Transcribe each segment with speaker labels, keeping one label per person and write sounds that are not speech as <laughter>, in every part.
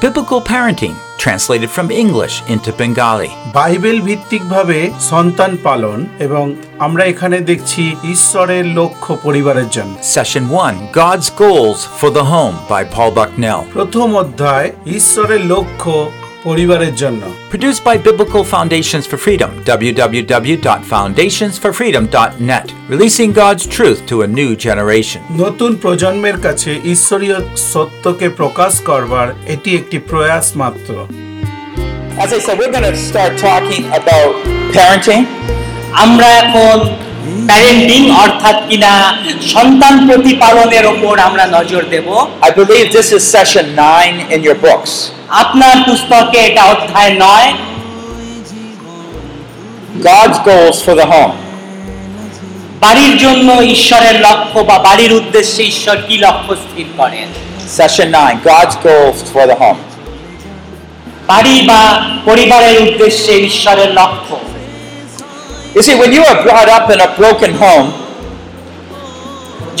Speaker 1: Biblical Parenting, translated from English into Bengali.
Speaker 2: Bible ভিত্তিকভাবে সন্তান পালন এবং আমরা এখানে দেখছি ঈশ্বরের লক্ষ্য পরিবারের জন্য
Speaker 1: Session 1 God's Goals for the Home by Paul Bucknell.
Speaker 2: প্রথম অধ্যায় ঈশ্বরের লক্ষ্য পরিবারের জন্য
Speaker 1: Produced by Biblical Foundations for Freedom, www.foundationsforfreedom.net, releasing God's truth to a new generation.
Speaker 2: নতুন প্রজন্মের কাছে ঈশ্বরীয় সত্যকে প্রকাশ করবার এটি একটি প্রয়াস মাত্র
Speaker 3: As I said, we're going to start talking about parenting. আমরা এখন প্যারেন্টিং অর্থাৎ কিনা সন্তান প্রতিপালনের ওপর আমরা নজর দেব
Speaker 4: I believe this is session nine in your books.
Speaker 3: আপনার পুস্তকে এটা অধ্যায় নয়
Speaker 4: God's goals for the home.
Speaker 3: বাড়ির জন্য ঈশ্বরের লক্ষ্য বা বাড়ির উদ্দেশ্যে ঈশ্বর কি লক্ষ্য স্থির করেন
Speaker 4: Session nine, God's goals for the home.
Speaker 3: বাড়ি বা পরিবারের উদ্দেশ্যে ঈশ্বরের লক্ষ্য
Speaker 4: You see, when you are brought up in a broken home,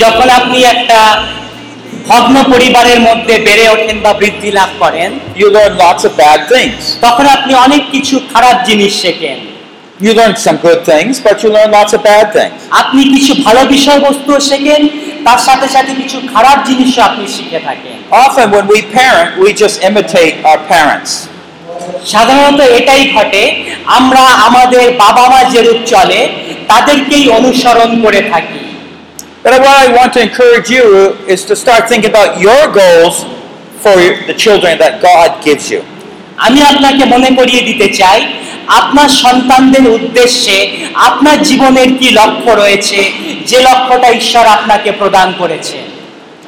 Speaker 3: যখন আপনি একটা ভগ্ন পরিবারের মধ্যে বেড়ে ওঠেন বা বৃদ্ধি লাভ করেন
Speaker 4: you learn lots of bad things.
Speaker 3: তখন আপনি অনেক কিছু খারাপ জিনিস শেখেন
Speaker 4: You learn some good things, but you learn lots of bad things.
Speaker 3: আপনি কিছু ভালো বিষয়বস্তু শেখেন তার সাথে সাথে কিছু খারাপ জিনিসও আপনি শিখে থাকেন
Speaker 4: Often, when we parent, we just imitate our parents.
Speaker 3: সাধারণত এটাই ঘটে আমরা আমাদের বাবা মা যেরূপ চলে তাদেরকেই অনুসরণ করে থাকি
Speaker 4: But what I want to encourage you is to start thinking about your goals for the children that God gives you.
Speaker 3: আমি আপনাকে মনে করিয়ে দিতে চাই আপনার সন্তানদের উদ্দেশ্যে আপনার জীবনের কি লক্ষ্য রয়েছে যে লক্ষ্যটা ঈশ্বর আপনাকে প্রদান করেছে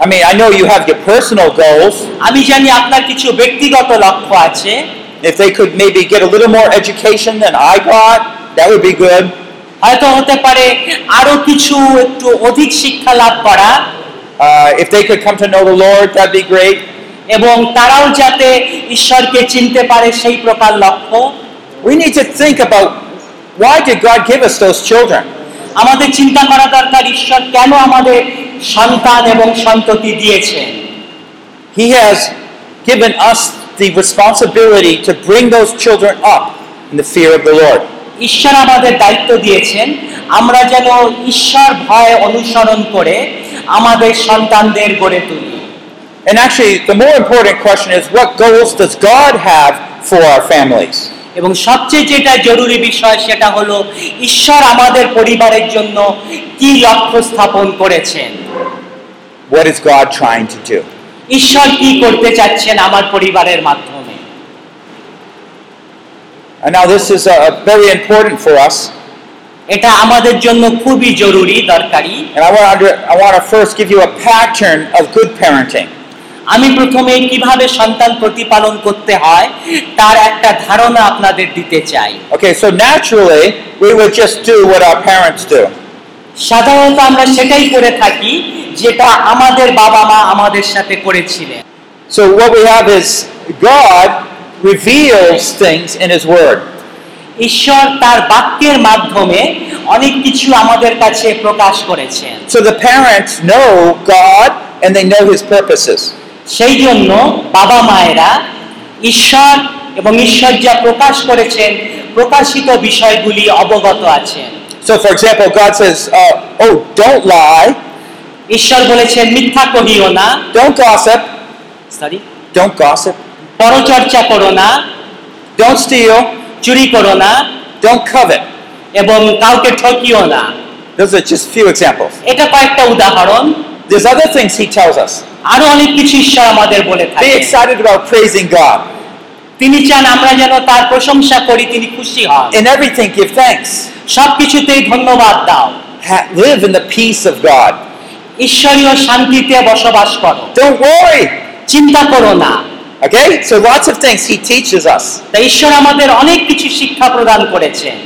Speaker 4: I mean, I know you have your personal goals,
Speaker 3: আমি জানি আপনার কিছু ব্যক্তিগত লক্ষ্য আছে
Speaker 4: If they could maybe get a little more education than I got, that would be good.
Speaker 3: হয়তো হতে পারে আরো কিছু একটু অধিক শিক্ষা লাভ করা
Speaker 4: Uh, if they could come to know the Lord, that'd be great.
Speaker 3: এবং তারাও যাতে ঈশ্বরকে চিনতে পারে সেই প্রকার লক্ষ্য
Speaker 4: We need to think about why did God give us those children?
Speaker 3: আমাদের চিন্তা করা দরকার ঈশ্বর কেন আমাদের সন্তান এবং সন্ততি দিয়েছেন
Speaker 4: He has given us the responsibility to bring those children up in the fear of the Lord.
Speaker 3: ঈশ্বর আমাদের দায়িত্ব দিয়েছেন আমরা যেন ঈশ্বর ভয় অনুসরণ করে আমাদের সন্তানদের গড়ে তুলি
Speaker 4: And actually, the more important question is what goals does God have for our families?
Speaker 3: এবং সবচেয়ে যেটা জরুরি বিষয় সেটা হলো ঈশ্বর আমাদের পরিবারের জন্য কি লক্ষ্য স্থাপন করেছেন
Speaker 4: What is God trying to do?
Speaker 3: ঈশ্বর কি করতে চাচ্ছেন আমার পরিবারের মাধ্যমে
Speaker 4: And now, this is uh, very important for us.
Speaker 3: এটা আমাদের জন্য খুবই জরুরি দরকারি
Speaker 4: And I want, to, I want to first give you a pattern of good parenting.
Speaker 3: আমি প্রথমে কিভাবে সন্তান প্রতিপালন করতে হয় তার একটা ধারণা আপনাদের দিতে চাই
Speaker 4: Okay, so naturally, we would just do what our parents do.
Speaker 3: সাধারণত আমরা সেটাই করে থাকি যেটা আমাদের বাবা মা আমাদের সাথে করেছিলেন
Speaker 4: So what we have is God reveals things in His Word.
Speaker 3: ঈশ্বর তার বাক্যের মাধ্যমে অনেক কিছু আমাদের কাছে প্রকাশ করেছেন
Speaker 4: So the parents know God and they know His purposes.
Speaker 3: সেই জন্য বাবা মায়েরা ঈশ্বর এবং ঈশ্বর যা প্রকাশ করেছেন প্রকাশিত বিষয়গুলি অবগত আছেন
Speaker 4: So, for example, God says, uh, "Oh, don't lie,
Speaker 3: ঈশ্বর বলেছেন মিথ্যা কহিও না
Speaker 4: don't gossip,
Speaker 3: sorry
Speaker 4: don't gossip,
Speaker 3: পরচর্চা করো না
Speaker 4: don't steal,
Speaker 3: চুরি করো না
Speaker 4: don't covet."
Speaker 3: এবং কাউকে ঠকিও না
Speaker 4: Those are just few examples.
Speaker 3: এটা কয়েকটা উদাহরণ
Speaker 4: There's other things He tells us.
Speaker 3: আরো অনেক কিছু ঈশ্বর আমাদের বলে
Speaker 4: Be
Speaker 3: থাকেন
Speaker 4: excited about praising God.
Speaker 3: তিনি চান আমরা যেন তার প্রশংসা করি তিনি খুশি হন
Speaker 4: In everything, give thanks.
Speaker 3: সবকিছুতেই ধন্যবাদ দাও
Speaker 4: Ha- live in the peace of God.
Speaker 3: ঈশ্বরীয় শান্তিতে বসবাস করো
Speaker 4: Don't worry.
Speaker 3: চিন্তা করো না
Speaker 4: Okay? So lots of things he teaches us.
Speaker 3: তাই ঈশ্বর আমাদের অনেক কিছু শিক্ষা প্রদান করেছেন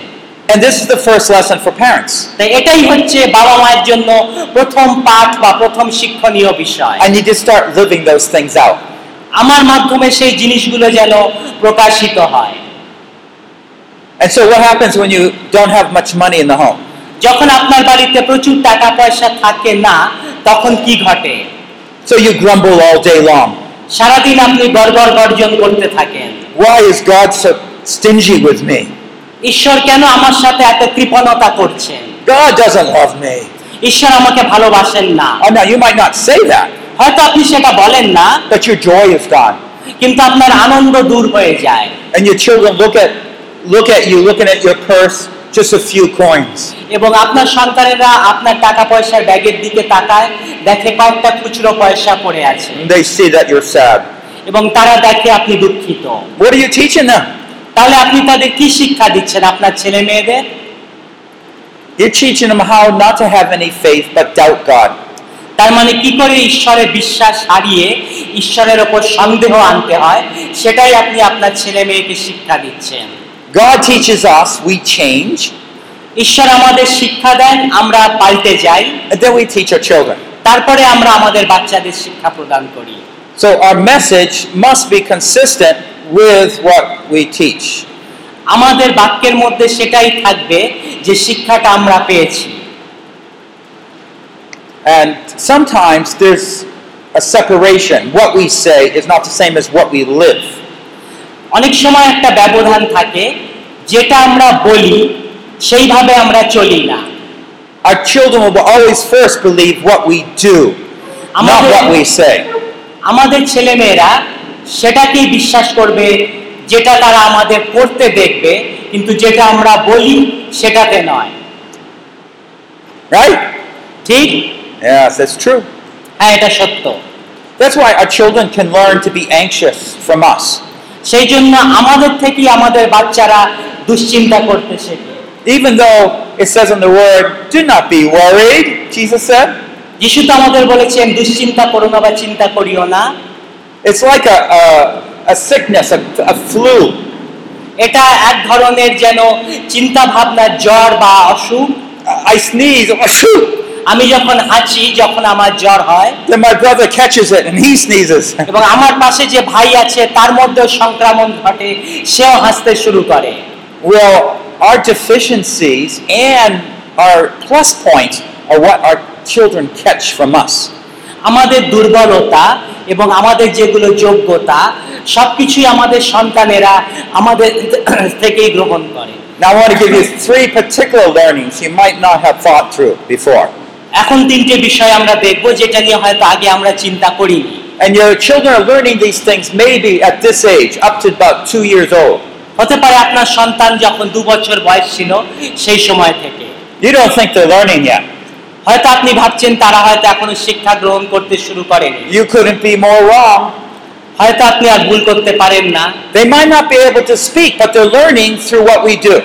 Speaker 4: And this is the first lesson for parents.
Speaker 3: তাই এটাই হচ্ছে বাবা মায়ের জন্য প্রথম পাঠ বা প্রথম শিক্ষণীয় বিষয়
Speaker 4: I need to start living those things out.
Speaker 3: আমার মাধ্যমে সেই জিনিসগুলো যেন প্রকাশিত হয়
Speaker 4: And so what happens when you don't have much money in the home?
Speaker 3: যখন আপনার বাড়িতে প্রচুর টাকা পয়সা থাকে না তখন কি ঘটে
Speaker 4: So you grumble all day long.
Speaker 3: সারাদিন আপনি গর্বর গর্জন করতে থাকেন
Speaker 4: Why is God so stingy with me?
Speaker 3: ঈশ্বর কেন আমার সাথে এত কৃপণতা করছেন
Speaker 4: God doesn't love me.
Speaker 3: ঈশ্বর আমাকে ভালোবাসেন না
Speaker 4: Oh, now you might not say that,
Speaker 3: হয়তো আপনি সেটা বলেন না
Speaker 4: but your joy is gone.
Speaker 3: কিন্তু আপনার আনন্দ দূর হয়ে যায়
Speaker 4: And your children look at look at you, looking at your purse, just a few coins.
Speaker 3: এবং আপনার সন্তানেরা আপনার টাকা পয়সার ব্যাগের দিকে তাকায় দেখে কয়েকটা খুচরো পয়সা পড়ে আছে
Speaker 4: And they see that you're sad.
Speaker 3: এবং তারা দেখে আপনি দুঃখিত
Speaker 4: What are you teaching them?
Speaker 3: তাহলে আপনি তাদের কি শিক্ষা দিচ্ছেন আপনার ছেলে মেয়েদের
Speaker 4: You're teaching them how not to have any faith but doubt God.
Speaker 3: তার মানে কি করে ঈশ্বরে বিশ্বাস হারিয়ে ঈশ্বরের ওপর সন্দেহ আনতে হয় সেটাই আপনি আপনার ছেলে মেয়েকে শিক্ষা দিচ্ছেন
Speaker 4: God teaches us, we change,
Speaker 3: ঈশ্বর আমাদের শিক্ষা দেন আমরা পাল্টে যাই
Speaker 4: and then we teach our children.
Speaker 3: তারপরে আমরা আমাদের বাচ্চাদের শিক্ষা প্রদান করি
Speaker 4: So our message must be consistent with what we teach.
Speaker 3: আমাদের বাক্যের মধ্যে সেটাই থাকবে যে শিক্ষাটা আমরা পেয়েছি
Speaker 4: And sometimes there's a separation. What we say is not the same as what we live.
Speaker 3: অনেক সময় একটা ব্যবধান থাকে যেটা আমরা বলি সেইভাবে আমরা চলি না
Speaker 4: Our children will always first believe what we do, not
Speaker 3: আমাদের-
Speaker 4: what we say.
Speaker 3: আমাদের ছেলেমেয়েরা সেটাকেই বিশ্বাস করবে যেটা তারা আমাদের পড়তে দেখবে কিন্তু যেটা আমরা বলি সেটাতে নয়
Speaker 4: Right?
Speaker 3: ঠিক
Speaker 4: Yes, that's true.
Speaker 3: হ্যাঁ এটা সত্য
Speaker 4: That's why our children can learn to be anxious from us.
Speaker 3: সেই জন্য আমাদের থেকেই আমাদের বাচ্চারা দুশ্চিন্তা করতে শেখে
Speaker 4: Even though it says in the word, do not be worried, Jesus said.
Speaker 3: যিশু তো আমাদের বলেছেন দুশ্চিন্তা করো না বা চিন্তা করিও না
Speaker 4: It's like a, a, a sickness, a, a flu.
Speaker 3: এটা এক ধরনের যেন চিন্তা ভাবনা জ্বর বা অসুখ
Speaker 4: I sneeze, I'm like, shoot!
Speaker 3: আমি যখন হাঁচি যখন আমার জ্বর হয়
Speaker 4: Then my brother catches it and he sneezes. <laughs>
Speaker 3: এবং আমার পাশে যে ভাই আছে তার মধ্যেও সংক্রমণ ঘটে সেও হাসতে শুরু করে
Speaker 4: Well, our deficiencies and our plus points are what our children catch from us.
Speaker 3: আমাদের দুর্বলতা এবং আমাদের যেগুলো যোগ্যতা সবকিছুই আমাদের সন্তানেরা আমাদের থেকেই গ্রহণ করে
Speaker 4: Now, I want to give you three particular learnings you might not have thought through before.
Speaker 3: এখন তিনটে বিষয় আমরা দেখব যেটা নিয়ে হয়তো আগে আমরা চিন্তা করিনি
Speaker 4: And your children are learning these things maybe at this age, up to about two years old.
Speaker 3: হতে পারে আপনার সন্তান যখন দু বছর বয়স ছিল সেই সময় থেকে
Speaker 4: You don't think they're learning yet.
Speaker 3: হয়তো আপনি ভাবছেন তারা হয়তো এখনো শিক্ষা গ্রহণ করতে শুরু করেনি
Speaker 4: You couldn't be more wrong.
Speaker 3: হয়তো আপনি আর ভুল করতে পারেন না
Speaker 4: They might not be able to speak, but they're learning through what we do.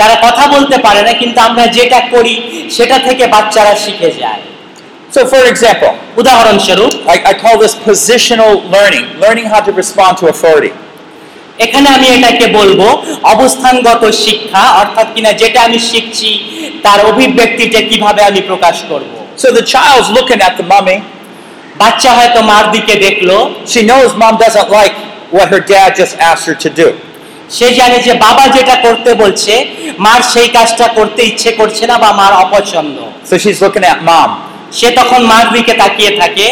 Speaker 3: তারা কথা বলতে পারে না কিন্তু আমরা যেটা করি সেটা থেকে বাচ্চারা শিখে যায়
Speaker 4: So, for example,
Speaker 3: উদাহরণস্বরূপ
Speaker 4: I, I call this positional learning, learning how to respond to authority.
Speaker 3: এখানে আমি এটাকে বলবো অবস্থানগত শিক্ষা অর্থাৎ কিনা যেটা আমি শিখছি তার অভিব্যক্তিটা কিভাবে আমি প্রকাশ করব
Speaker 4: So the child's looking at the mummy.
Speaker 3: বাচ্চা হয়তো মার দিকে দেখলো
Speaker 4: She knows mom doesn't like what her dad just asked her to do.
Speaker 3: সে জানে যে বাবা যেটা করতে বলছে মার সেই কাজটা করতে ইচ্ছে করছে না বা মার অপছন্দ
Speaker 4: So she's looking at mom.
Speaker 3: সে তখন মার দিকে তাকিয়ে থাকে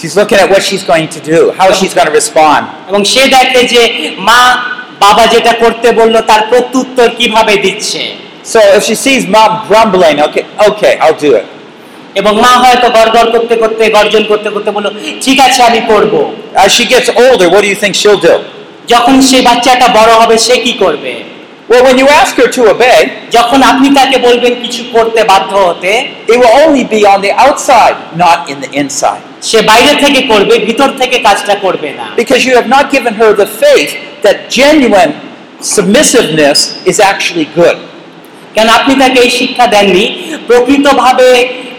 Speaker 4: She's looking at what she's going to do, how she's going to respond.
Speaker 3: এবং সে দেখে যে মা বাবা যেটা করতে বললো তার প্রত্যুত্তর কিভাবে দিচ্ছে
Speaker 4: So if she sees mom grumbling, okay, okay, I'll do it.
Speaker 3: এবং মা হয়তো গড়গড় করতে করতে গর্জন করতে করতে বললো ঠিক আছে আমি করব
Speaker 4: As she gets older, what do you think she'll do?
Speaker 3: যখন সেই বাচ্চাটা বড় হবে সে কি করবে
Speaker 4: Well, when you ask her to obey,
Speaker 3: যখন আপনি তাকে বলবেন কিছু করতে বাধ্য হতে
Speaker 4: it will only be on the outside, not in the inside.
Speaker 3: সে বাইরে থেকে করবে ভিতর থেকে কাজটা করবে না
Speaker 4: Because you have not given her the faith that genuine submissiveness is actually good.
Speaker 3: কেন আপনি তাকে এই শিক্ষা দেননি প্রকৃতভাবে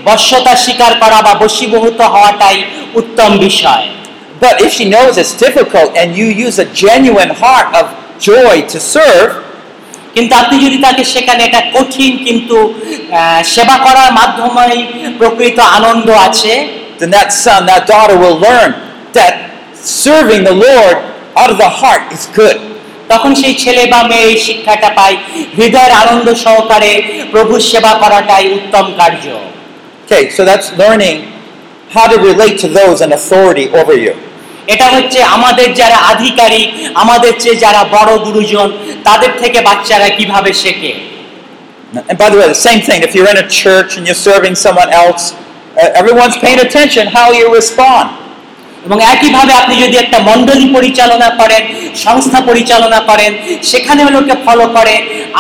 Speaker 3: বশ্যতা স্বীকার করা বা বশীভূত হওয়াটাই উত্তম বিষয়
Speaker 4: But if she knows it's difficult and you use a genuine heart of joy to serve,
Speaker 3: কিন্তু আপনি যদি তাকে সেখানে এটা কঠিন কিন্তু আহ, সেবা করার মাধ্যমে প্রকৃত আনন্দ আছে
Speaker 4: then that son, that daughter will learn that serving the Lord out of the heart is good.
Speaker 3: তখন সেই ছেলে বা মেয়ে এই শিক্ষাটা পায় হৃদয়ের আনন্দ সহকারে প্রভুর সেবা করাটাই উত্তম কার্য
Speaker 4: Okay, so that's learning how to relate to those in authority over you.
Speaker 3: এটা হচ্ছে আমাদের যারা আধিকারিক আমাদের চেয়ে যারা বড় গুরুজন তাদের থেকে বাচ্চারা কিভাবে শেখে
Speaker 4: And by the way, the same thing, if you're in a church and you're serving someone else, uh, everyone's paying attention how you respond.
Speaker 3: এবং একইভাবে আপনি যদি একটা মণ্ডলী পরিচালনা করেন সংস্থা পরিচালনা করেন সেখানেও লোকে ফলো করে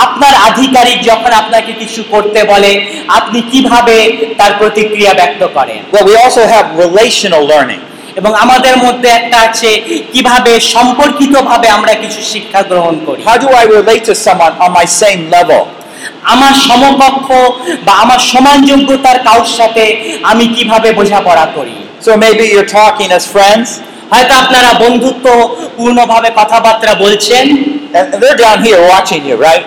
Speaker 3: আপনার আধিকারিক যখন আপনাকে কিছু করতে বলে আপনি কিভাবে তার প্রতিক্রিয়া ব্যক্ত করেন
Speaker 4: Well, we also have relational learning.
Speaker 3: এবং আমাদের মধ্যে একটা আছে কিভাবে সম্পর্কিতভাবে আমরা কিছু শিক্ষা গ্রহণ করি
Speaker 4: How do I relate to someone on my same level?
Speaker 3: আমার সমকক্ষ বা আমার সমান যোগ্যতার কারোর সাথে আমি কিভাবে বোঝাপড়া করি
Speaker 4: So maybe you're talking as friends,
Speaker 3: হয়তো আপনারা বন্ধুত্ব পূর্ণভাবে কথাবার্তা বলছেন
Speaker 4: and and they're down here watching you, right?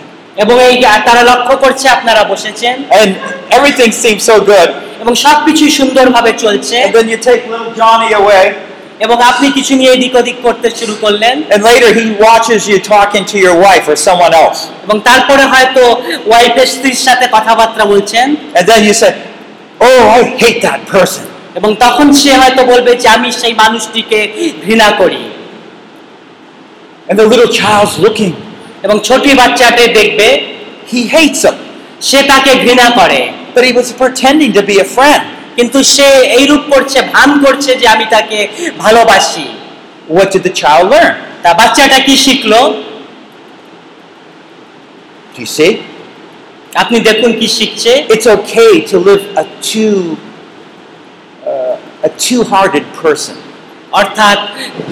Speaker 4: <laughs>
Speaker 3: এবং এই তারা লক্ষ্য করছে আপনারা বসেছেন
Speaker 4: and everything seems so good.
Speaker 3: এবং সবকিছু সুন্দরভাবে চলছে
Speaker 4: And then you take little Johnny away,
Speaker 3: এবং আপনি কিছু নিয়ে এদিক ওদিক করতে শুরু করলেন
Speaker 4: and later he watches you talking to your wife or someone else.
Speaker 3: এবং তারপরে হয়তো ওয়াইফের স্ত্রীর সাথে কথাবার্তা বলছেন
Speaker 4: And then you say, Oh, I hate that person.
Speaker 3: এবং তখন সে হয়তো বলবে যে আমি সেই মানুষটিকে ঘৃণা করি
Speaker 4: And the little child's looking.
Speaker 3: এবং ছোটি বাচ্চাটি দেখবে
Speaker 4: He hates him,
Speaker 3: সে তাকে ঘৃণা করে
Speaker 4: but he was pretending to be a friend.
Speaker 3: কিন্তু সে এইরূপ করছে ভান করছে যে আমি তাকে ভালোবাসি
Speaker 4: What did the child learn?
Speaker 3: তা বাচ্চাটা কি শিখলো
Speaker 4: Do you see?
Speaker 3: আপনি দেখুন কি শিখছে
Speaker 4: It's okay to live a two, uh, a two-hearted person.
Speaker 3: অর্থাৎ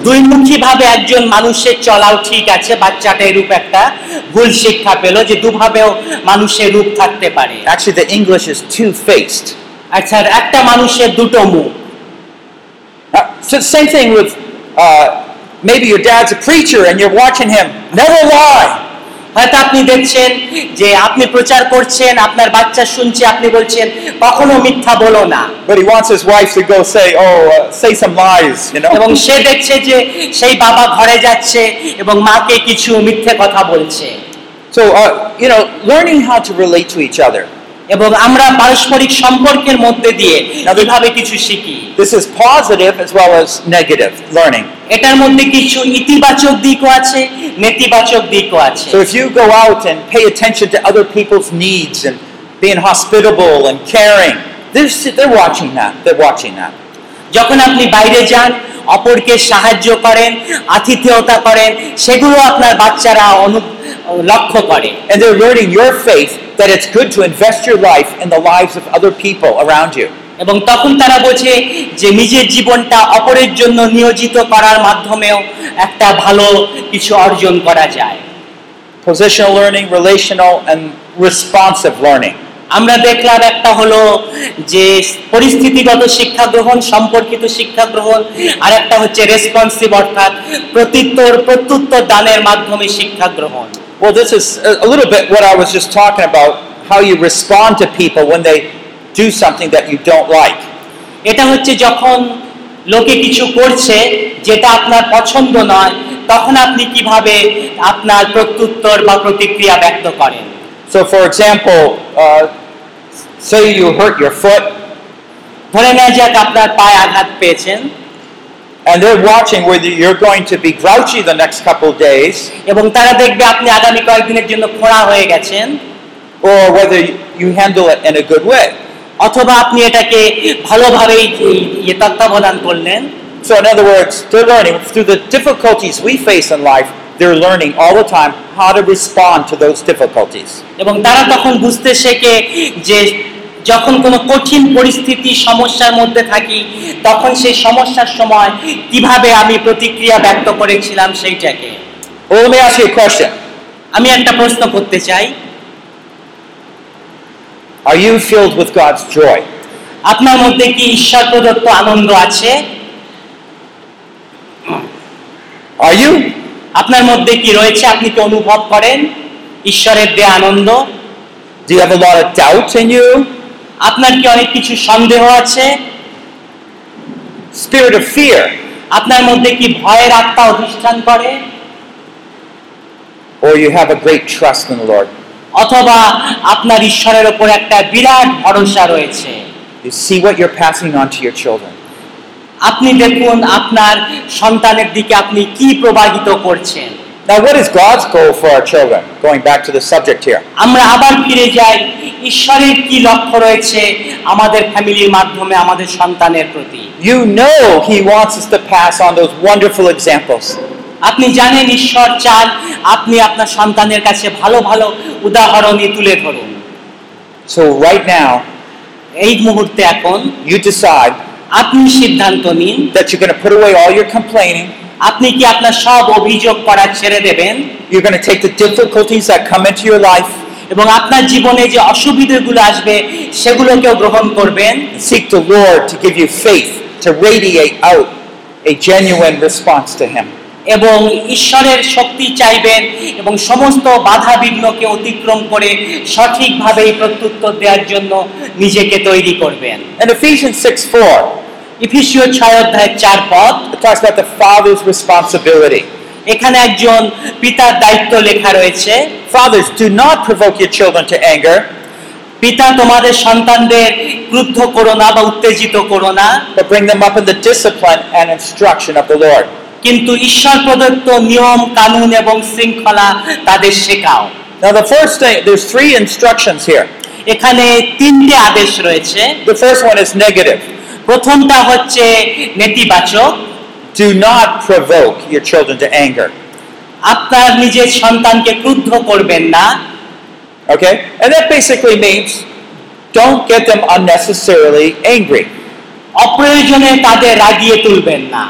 Speaker 3: দুইমুখী ভাবে একজন মানুষের চলাও ঠিক আছে বাচ্চাটা এরূপ একটা ভুল শিক্ষা পেল যে দুভাবেও মানুষের রূপ থাকতে পারে
Speaker 4: Actually, the English is two-faced.
Speaker 3: আচ্ছা একটা মানুষের দুটো মুখ
Speaker 4: Uh, so the same thing with uh, maybe your dad's a preacher and you're watching him. Never lie.
Speaker 3: হয়তো আপনি দেখছেন যে আপনি প্রচার করছেন আপনার বাচ্চা শুনছে আপনি বলছেন কখনো মিথ্যা বলো না
Speaker 4: But he wants his wife to go say, "Oh, uh, say some lies," you know.
Speaker 3: এবং সে দেখছে যে সেই বাবা ঘরে যাচ্ছে এবং মাকে কিছু মিথ্যে কথা বলছে
Speaker 4: So uh, you know, learning how to relate to each other.
Speaker 3: এবং আমরা পারস্পরিক সম্পর্কের মধ্যে দিয়ে কিভাবে কিছু শিখি
Speaker 4: This is positive as well as negative learning.
Speaker 3: এটার মধ্যে কিছু ইতিবাচক দিকও আছে নেতিবাচক দিকও আছে
Speaker 4: So if you go out and pay attention to other people's needs and being hospitable and caring, they're, s- they're watching that. They're watching that.
Speaker 3: যখন আপনি বাইরে যান অপরকে সাহায্য করেন আতিথেয়তা করেন সেগুলো আপনার বাচ্চারা অনু লক্ষ্য করে
Speaker 4: And they're learning your faith that it's good to invest your life in the lives of other people around you.
Speaker 3: এবং তখন তারা বোঝে যে নিজের জীবনটা অপরের জন্য নিয়োজিত করার মাধ্যমেও একটা ভালো কিছু অর্জন করা যায়
Speaker 4: Positional learning, relational, and responsive learning.
Speaker 3: আমরা দেখলাম একটা হলো যে পরিস্থিতিগত শিক্ষা গ্রহণ সম্পর্কিত শিক্ষা গ্রহণ আর একটা হচ্ছে রেসপন্সিভ অর্থাৎ প্রত্যুত্তর প্রত্যুত্তর দানের মাধ্যমে শিক্ষা গ্রহণ
Speaker 4: Well, this is a a little bit what I was just talking about how you respond to people when they do something that you don't like.
Speaker 3: এটা হচ্ছে যখন লোকে কিছু করছে যেটা আপনার পছন্দ নয় তখন আপনি কিভাবে আপনার প্রত্যুত্তর বা প্রতিক্রিয়া ব্যক্ত করেন
Speaker 4: So, for example, uh, say you hurt your foot,
Speaker 3: ধরে নেওয়া যাক আপনার পায়ে আঘাত পেয়েছেন
Speaker 4: and they're watching whether you're going to be grouchy the next couple of days
Speaker 3: এবং তারা দেখবে আপনি আগামী কয়েকদিনের জন্য খোঁড়া হয়ে গেছেন
Speaker 4: or whether you handle it in a good way.
Speaker 3: অথবা আপনি এটাকে ভালোভাবেই এই- ইয়ে তত্ত্বাবধান করলেন
Speaker 4: So, in other words, they're learning through the difficulties we face in life, they're learning all the time how to respond to those difficulties.
Speaker 3: এবং তারা তখন বুঝতে শেখে যে যখন কোনো কঠিন পরিস্থিতি সমস্যার মধ্যে থাকি তখন সেই সমস্যার সময় কিভাবে আমি প্রতিক্রিয়া ব্যক্ত করেছিলাম সেইটাকে
Speaker 4: Well, let me ask you a question
Speaker 3: আমি একটা প্রশ্ন করতে চাই
Speaker 4: Are you filled with God's joy?
Speaker 3: আপনার মধ্যে কি ঈশ্বর প্রদত্ত আনন্দ আছে
Speaker 4: Are you?
Speaker 3: আপনার মধ্যে কি রয়েছে আপনি কি অনুভব করেন ঈশ্বরের দেয়া আনন্দ
Speaker 4: Do you have a lot of doubt in you?
Speaker 3: আপনার কি অনেক কিছু সন্দেহ আছে
Speaker 4: Spirit of fear?
Speaker 3: আপনার মধ্যে কি ভয়ের আত্মা অধিষ্ঠান করে
Speaker 4: Or you have a great trust in the Lord?
Speaker 3: অথবা আপনার ঈশ্বরের ওপর একটা বিরাট ভরসা রয়েছে
Speaker 4: You see what you're passing on to your children.
Speaker 3: আপনি দেখুন আপনার সন্তানের দিকে আপনি কি প্রবাহিত করছেন
Speaker 4: Now, what is God's goal for our children? Going back to the subject here.
Speaker 3: আমরা আবার ফিরে যাই ঈশ্বরের কি লক্ষ্য রয়েছে আমাদের ফ্যামিলির মাধ্যমে আমাদের সন্তানের প্রতি
Speaker 4: You know He wants us to pass on those wonderful examples.
Speaker 3: আপনি জানেন ঈশ্বর চান আপনি আপনার সন্তানের কাছে ভালো ভালো উদাহরণই তুলে ধরুন
Speaker 4: So, right now,
Speaker 3: এই মুহূর্তে এখন
Speaker 4: you decide
Speaker 3: আপনি সিদ্ধান্ত নিন
Speaker 4: that you're going to put away all your complaining.
Speaker 3: আপনি কি আপনার সব অভিযোগ করা ছেড়ে দেবেন
Speaker 4: You're going to take the difficulties that come into your life
Speaker 3: এবং আপনার জীবনে যে অসুবিধেগুলো আসবে সেগুলোকেও গ্রহণ করবেন
Speaker 4: and seek the Lord to give you faith to radiate out a genuine response to Him.
Speaker 3: এবং ঈশ্বরের শক্তি চাইবেন এবং সমস্ত বাধা বিঘ্নকে অতিক্রম করে সঠিকভাবে এই প্রত্যুত্তর দেওয়ার জন্য নিজেকে তৈরি করবেন
Speaker 4: In Ephesians 6 4,
Speaker 3: ইফিসীয় ছয় অধ্যায়ের চার পদ
Speaker 4: it talks about the father's responsibility.
Speaker 3: এখানে একজন পিতার দায়িত্ব লেখা রয়েছে
Speaker 4: Fathers, do not provoke your children to anger,
Speaker 3: পিতা তোমাদের সন্তানদের ক্রুদ্ধ করো না বা উত্তেজিত করো না
Speaker 4: but bring them up in the discipline and instruction of the Lord.
Speaker 3: কিন্তু ঈশ্বর প্রদত্ত নিয়ম কানুন এবং শৃঙ্খলা তাদের শেখাও
Speaker 4: Now, the first thing, there's three instructions here.
Speaker 3: এখানে তিনটে আদেশ রয়েছে
Speaker 4: The first one is negative
Speaker 3: প্রথমটা হচ্ছে নেতিবাচক
Speaker 4: do not provoke your children to anger.
Speaker 3: আপনার নিজের সন্তানকে ক্রুদ্ধ করবেন না
Speaker 4: Okay? And that basically means don't get them unnecessarily angry.
Speaker 3: অপ্রয়োজনে তাদের রাগিয়ে তুলবেন না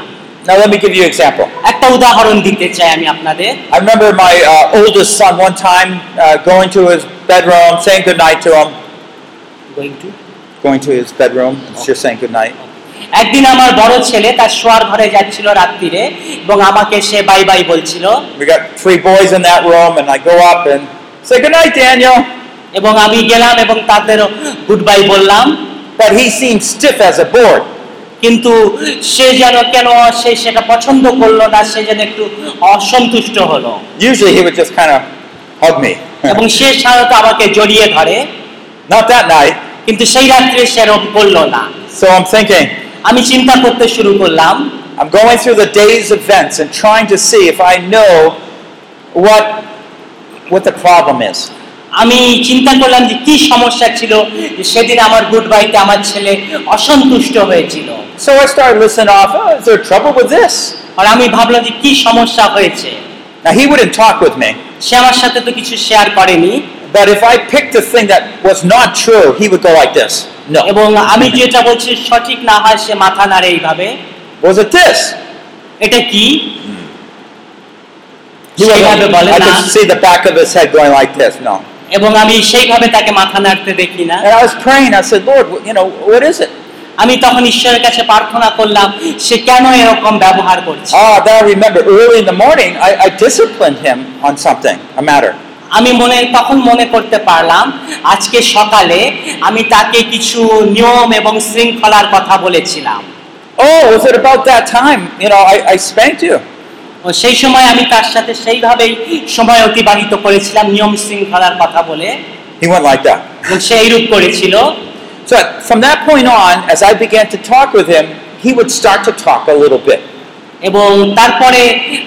Speaker 4: Now, let me give you an example.
Speaker 3: একটা উদাহরণ দিতে চাই আমি আপনাদের
Speaker 4: I remember my uh, oldest son one time uh, going to his bedroom, saying goodnight to him,
Speaker 3: Going to?
Speaker 4: going to his bedroom, and just saying goodnight.
Speaker 3: একদিন আমার বড় ছেলে তার শোয়ার ঘরে যাচ্ছিল রাত্রিরে এবং আমাকে সে বাই বাই বলছিল
Speaker 4: We got three boys in that room, and I go up and say goodnight, Daniel.
Speaker 3: এবং আমি গেলাম এবং তাদের গুড বাই বললাম
Speaker 4: But he seemed stiff as a board.
Speaker 3: কিন্তু সে যেন কেন সে সেটা পছন্দ করলো না সে যেন একটু অসন্তুষ্ট হলো
Speaker 4: Usually he would just kind of hug me. <laughs>
Speaker 3: এবং সে সাধারণত আমাকে জড়িয়ে ধরে
Speaker 4: Not that night.
Speaker 3: কিন্তু সেই রাত্রে সে এরকম করলো না
Speaker 4: So I'm thinking,
Speaker 3: আমি চিন্তা করতে শুরু করলাম
Speaker 4: I'm going through the day's events and trying to see if I know what what the problem is.
Speaker 3: আমি চিন্তা করলাম যে কি সমস্যা ছিল যে সেদিন আমার গুড বাইতে আমার ছেলে অসন্তুষ্ট হয়েছিল
Speaker 4: So I started listening off. Oh, is there trouble with this?
Speaker 3: আর আমি ভাবলাম যে কি সমস্যা হয়েছে
Speaker 4: Now he wouldn't talk with me,
Speaker 3: সে আমার সাথে তো কিছু শেয়ার করেনি
Speaker 4: but if I picked a thing that was not true, he would go like this. No.
Speaker 3: এবং আমি যেটা বলছি সঠিক না হয় সে মাথা নাড়ে এইভাবে
Speaker 4: Was it this?
Speaker 3: এটা কি
Speaker 4: He would-
Speaker 3: সেইভাবে বলে
Speaker 4: I
Speaker 3: না
Speaker 4: could see the back of his head going like this. No.
Speaker 3: এবং আমি সেইভাবে তাকে মাথা নাড়তে দেখি না
Speaker 4: And I was praying. I said, Lord, wh- you know, what is it?
Speaker 3: আমি তখন ঈশ্বরের কাছে প্রার্থনা করলাম সে কেন এরকম ব্যবহার করছে
Speaker 4: Ah, then I remember early in the morning, I, I disciplined him on something, a matter.
Speaker 3: আমি মনে তখন মনে করতে পারলাম আজকে সকালে আমি তাকে কিছু নিয়ম এবং শৃঙ্খলার কথা বলেছিলাম
Speaker 4: Oh, was it about that time? You know, I, I spanked you.
Speaker 3: ও সেই সময় আমি তার সাথে সেইভাবেই সময় অতিবাহিত করেছিলাম নিয়ম শৃঙ্খলার কথা বলে
Speaker 4: He went like that.
Speaker 3: এবং সে এইরূপ করেছিল
Speaker 4: So from that point on, as I began to talk with him, he would start to talk a little bit.
Speaker 3: এবং তারপরে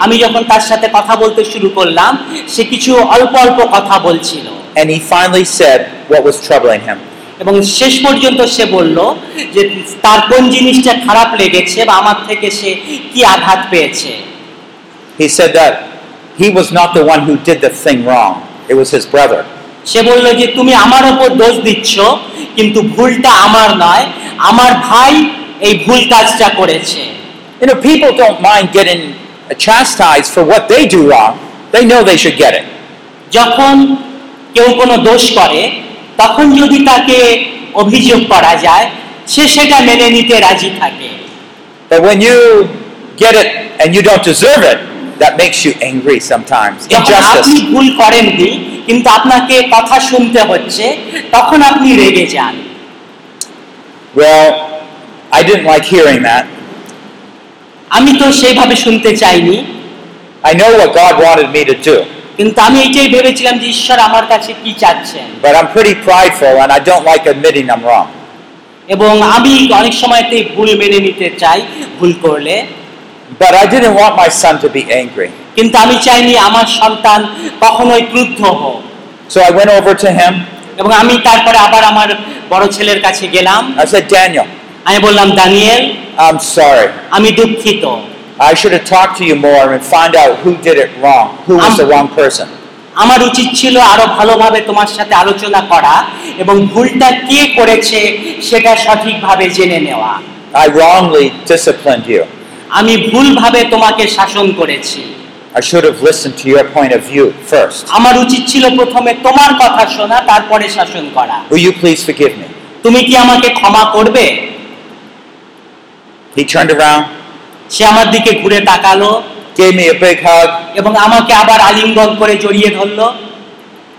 Speaker 3: আমি যখন তার সাথে কথা বলতে শুরু করলাম সে কিছু অল্প অল্প কথা বলছিল
Speaker 4: And he finally said what was troubling him.
Speaker 3: এবং শেষ পর্যন্ত সে বলল যে তার কোন জিনিসটা খারাপ লেগেছে বা আমার থেকে সে কি আঘাত পেয়েছে
Speaker 4: He said that he was not the one who did the thing wrong, it was his brother.
Speaker 3: সে বলল যে তুমি আমার ওপর দোষ দিচ্ছ কিন্তু ভুলটা আমার নয় আমার ভাই এই ভুল কাজটা করেছে
Speaker 4: You know, people don't mind getting chastised for what they do wrong, they know they should get it.
Speaker 3: যখন কেউ কোনো দোষ করে তখন যদি তাকে অভিযোগ করা যায় সে সেটা মেনে নিতে রাজি থাকে
Speaker 4: But when you get it and you don't deserve it, that makes you angry sometimes.
Speaker 3: যখন আপনি
Speaker 4: Injustice.
Speaker 3: ভুল করেননি কিন্তু আপনাকে কথা শুনতে হচ্ছে তখন আপনি রেগে যান
Speaker 4: Well, I didn't like hearing that.
Speaker 3: আমি তো সেইভাবে শুনতে চাইনি
Speaker 4: I know what God wanted me to do,
Speaker 3: কিন্তু আমি এটাই ভেবেছিলাম যে ঈশ্বর আমার কাছে কি চাচ্ছেন
Speaker 4: but I'm pretty prideful and I don't like admitting I'm wrong.
Speaker 3: এবং আমি অনেক সময়তেই ভুল মেনে নিতে চাই ভুল করলে
Speaker 4: But I didn't want my son to be angry.
Speaker 3: কিন্তু আমি চাইনি আমার সন্তান কখনোই ক্রুদ্ধ হোক
Speaker 4: So I went over to him.
Speaker 3: এবং আমি তারপরে আবার আমার বড় ছেলের কাছে গেলাম
Speaker 4: I said, Daniel,
Speaker 3: আমি বললাম দানিয়েল
Speaker 4: I'm sorry.
Speaker 3: আমি দুঃখিত
Speaker 4: I should have talked to you more and find out who did it wrong, who was the
Speaker 3: Um,
Speaker 4: wrong person.
Speaker 3: আমার উচিত ছিল আরো ভালোভাবে তোমার সাথে আলোচনা করা এবং ভুলটা কে করেছে সেটা সঠিকভাবে জেনে নেওয়া
Speaker 4: I wrongly disciplined you.
Speaker 3: আমি ভুলভাবে তোমাকে শাসন করেছি
Speaker 4: I should have listened to your point of view first.
Speaker 3: আমার উচিত ছিল প্রথমে তোমার কথা শোনা তারপরে শাসন করা
Speaker 4: Will you please forgive me?
Speaker 3: তুমি কি আমাকে ক্ষমা করবে
Speaker 4: He turned around,
Speaker 3: সে আমার দিকে ঘুরে তাকালো
Speaker 4: gave me a big hug.
Speaker 3: এবং আমাকে আবার আলিঙ্গন করে জড়িয়ে ধরলো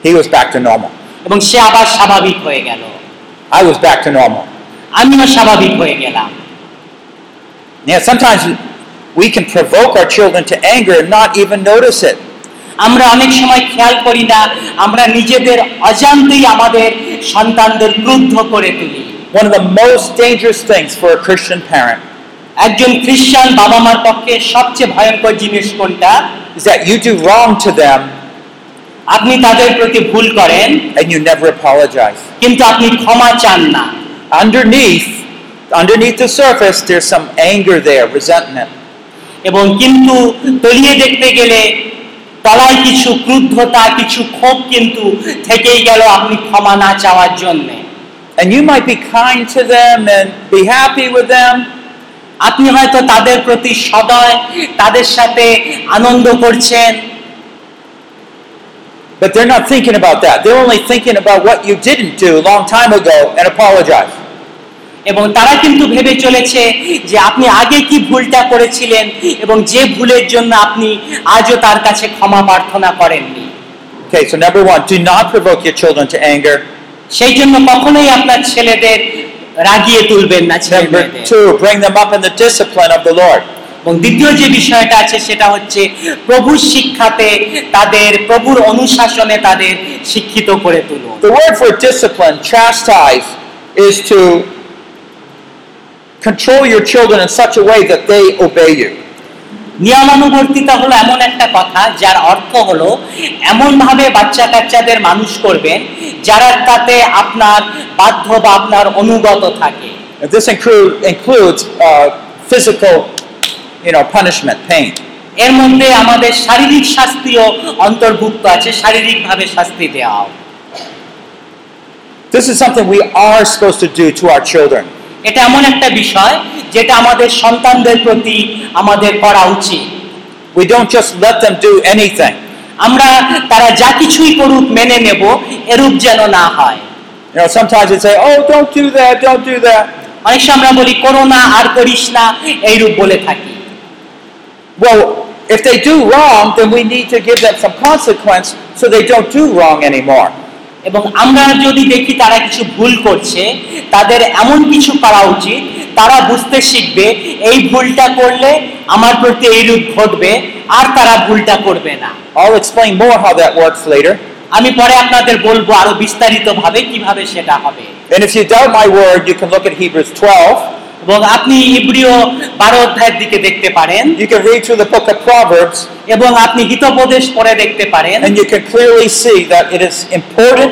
Speaker 4: He was back to normal.
Speaker 3: এবং সে আবার স্বাভাবিক হয়ে গেল
Speaker 4: I was back to normal.
Speaker 3: আমিও স্বাভাবিক হয়ে গেলাম
Speaker 4: Yeah, sometimes we can provoke our children to anger and not even notice it.
Speaker 3: আমরা অনেক সময় খেয়াল করি না আমরা নিজেদের অজান্তেই আমাদের সন্তানদের ক্রুদ্ধ করে তুলি
Speaker 4: One of the most dangerous things for a Christian parent
Speaker 3: একজন খ্রিস্টান বাবা মার পক্ষে সবচেয়ে ভয়ঙ্কর জিনিস কোনটা
Speaker 4: is that you do wrong to them
Speaker 3: আপনি তাদের প্রতি ভুল করেন
Speaker 4: and you never apologize.
Speaker 3: কিন্তু আপনি ক্ষমা চান না
Speaker 4: Underneath, underneath the surface, there's some anger there, resentment.
Speaker 3: এবং কিন্তু তলিয়ে দেখতে গেলে তলায় কিছু ক্রুদ্ধতা কিছু ক্ষোভ কিন্তু থেকেই গেল আপনি ক্ষমা না চাওয়ার জন্যে
Speaker 4: And you might be kind to them and be happy with them,
Speaker 3: আপনি হয়তো তাদের প্রতি সদয় তাদের সাথে আনন্দ করছেন
Speaker 4: but they're not thinking about that. They're only thinking about what you didn't do a long time ago and apologize.
Speaker 3: এবং তারা কিন্তু ভেবে চলেছে যে আপনি আগে কি ভুলটা করেছিলেন এবং যে ভুলের জন্য আপনি আজও তার কাছে ক্ষমা প্রার্থনা করেননি
Speaker 4: Okay, so number one, do not provoke your children to anger.
Speaker 3: সেই জন্য কখনোই আপনার ছেলেদের রাগিয়ে তুলবেন না ছেলে
Speaker 4: Number two, bring them up in the discipline of the Lord.
Speaker 3: এবং দ্বিতীয় যে বিষয়টা আছে সেটা হচ্ছে প্রভুর শিক্ষাতে তাদের প্রভুর অনুশাসনে তাদের শিক্ষিত করে তুলুন
Speaker 4: The word for discipline, chastise, is to control your children in such a way that they obey you.
Speaker 3: নিয়মানুবর্তিতা হলো এমন একটা কথা যার অর্থ হলো এমনভাবে বাচ্চা কাচ্চাদের মানুষ করবেন যারা তাতে আপনার বাধ্য বা আপনার অনুগত থাকে
Speaker 4: And this include, includes uh, physical, you know, punishment, pain.
Speaker 3: এর মধ্যে আমাদের শারীরিক শাস্তিও অন্তর্ভুক্ত আছে শারীরিকভাবে শাস্তি দেওয়া
Speaker 4: This is something we are supposed to do to our children.
Speaker 3: এটা এমন একটা বিষয় যেটা আমাদের সন্তানদের প্রতি আমাদের করা উচিত
Speaker 4: We don't just let them do anything.
Speaker 3: আমরা তারা যা কিছুই করুক মেনে নেব এরূপ যেন না হয়
Speaker 4: You know, sometimes we say, "Oh, don't do that, don't do that."
Speaker 3: অনেক সময় আমরা বলি করো না আর করিস না এইরূপ বলে থাকি
Speaker 4: Well, if they do wrong, then we need to give them some consequence so they don't do wrong anymore.
Speaker 3: এবং আমরা যদি দেখি তারা কিছু ভুল করছে তাদের এমন কিছু করা উচিত তারা বুঝতে শিখবে এই ভুলটা করলে আমার প্রতি এইরূপ ঘটবে আর তারা ভুলটা করবে না
Speaker 4: I'll explain more how that works later.
Speaker 3: আমি পরে আপনাদের বলবো আরো বিস্তারিতভাবে কিভাবে সেটা হবে
Speaker 4: And if you doubt my word, you can look at Hebrews 12.
Speaker 3: এবং আপনি ইব্রিয় বারো অধ্যায়ের দিকে দেখতে পারেন
Speaker 4: You can read through the book of Proverbs,
Speaker 3: এবং আপনি হিতোপদেশ পরে দেখতে পারেন
Speaker 4: and you can clearly see that it is important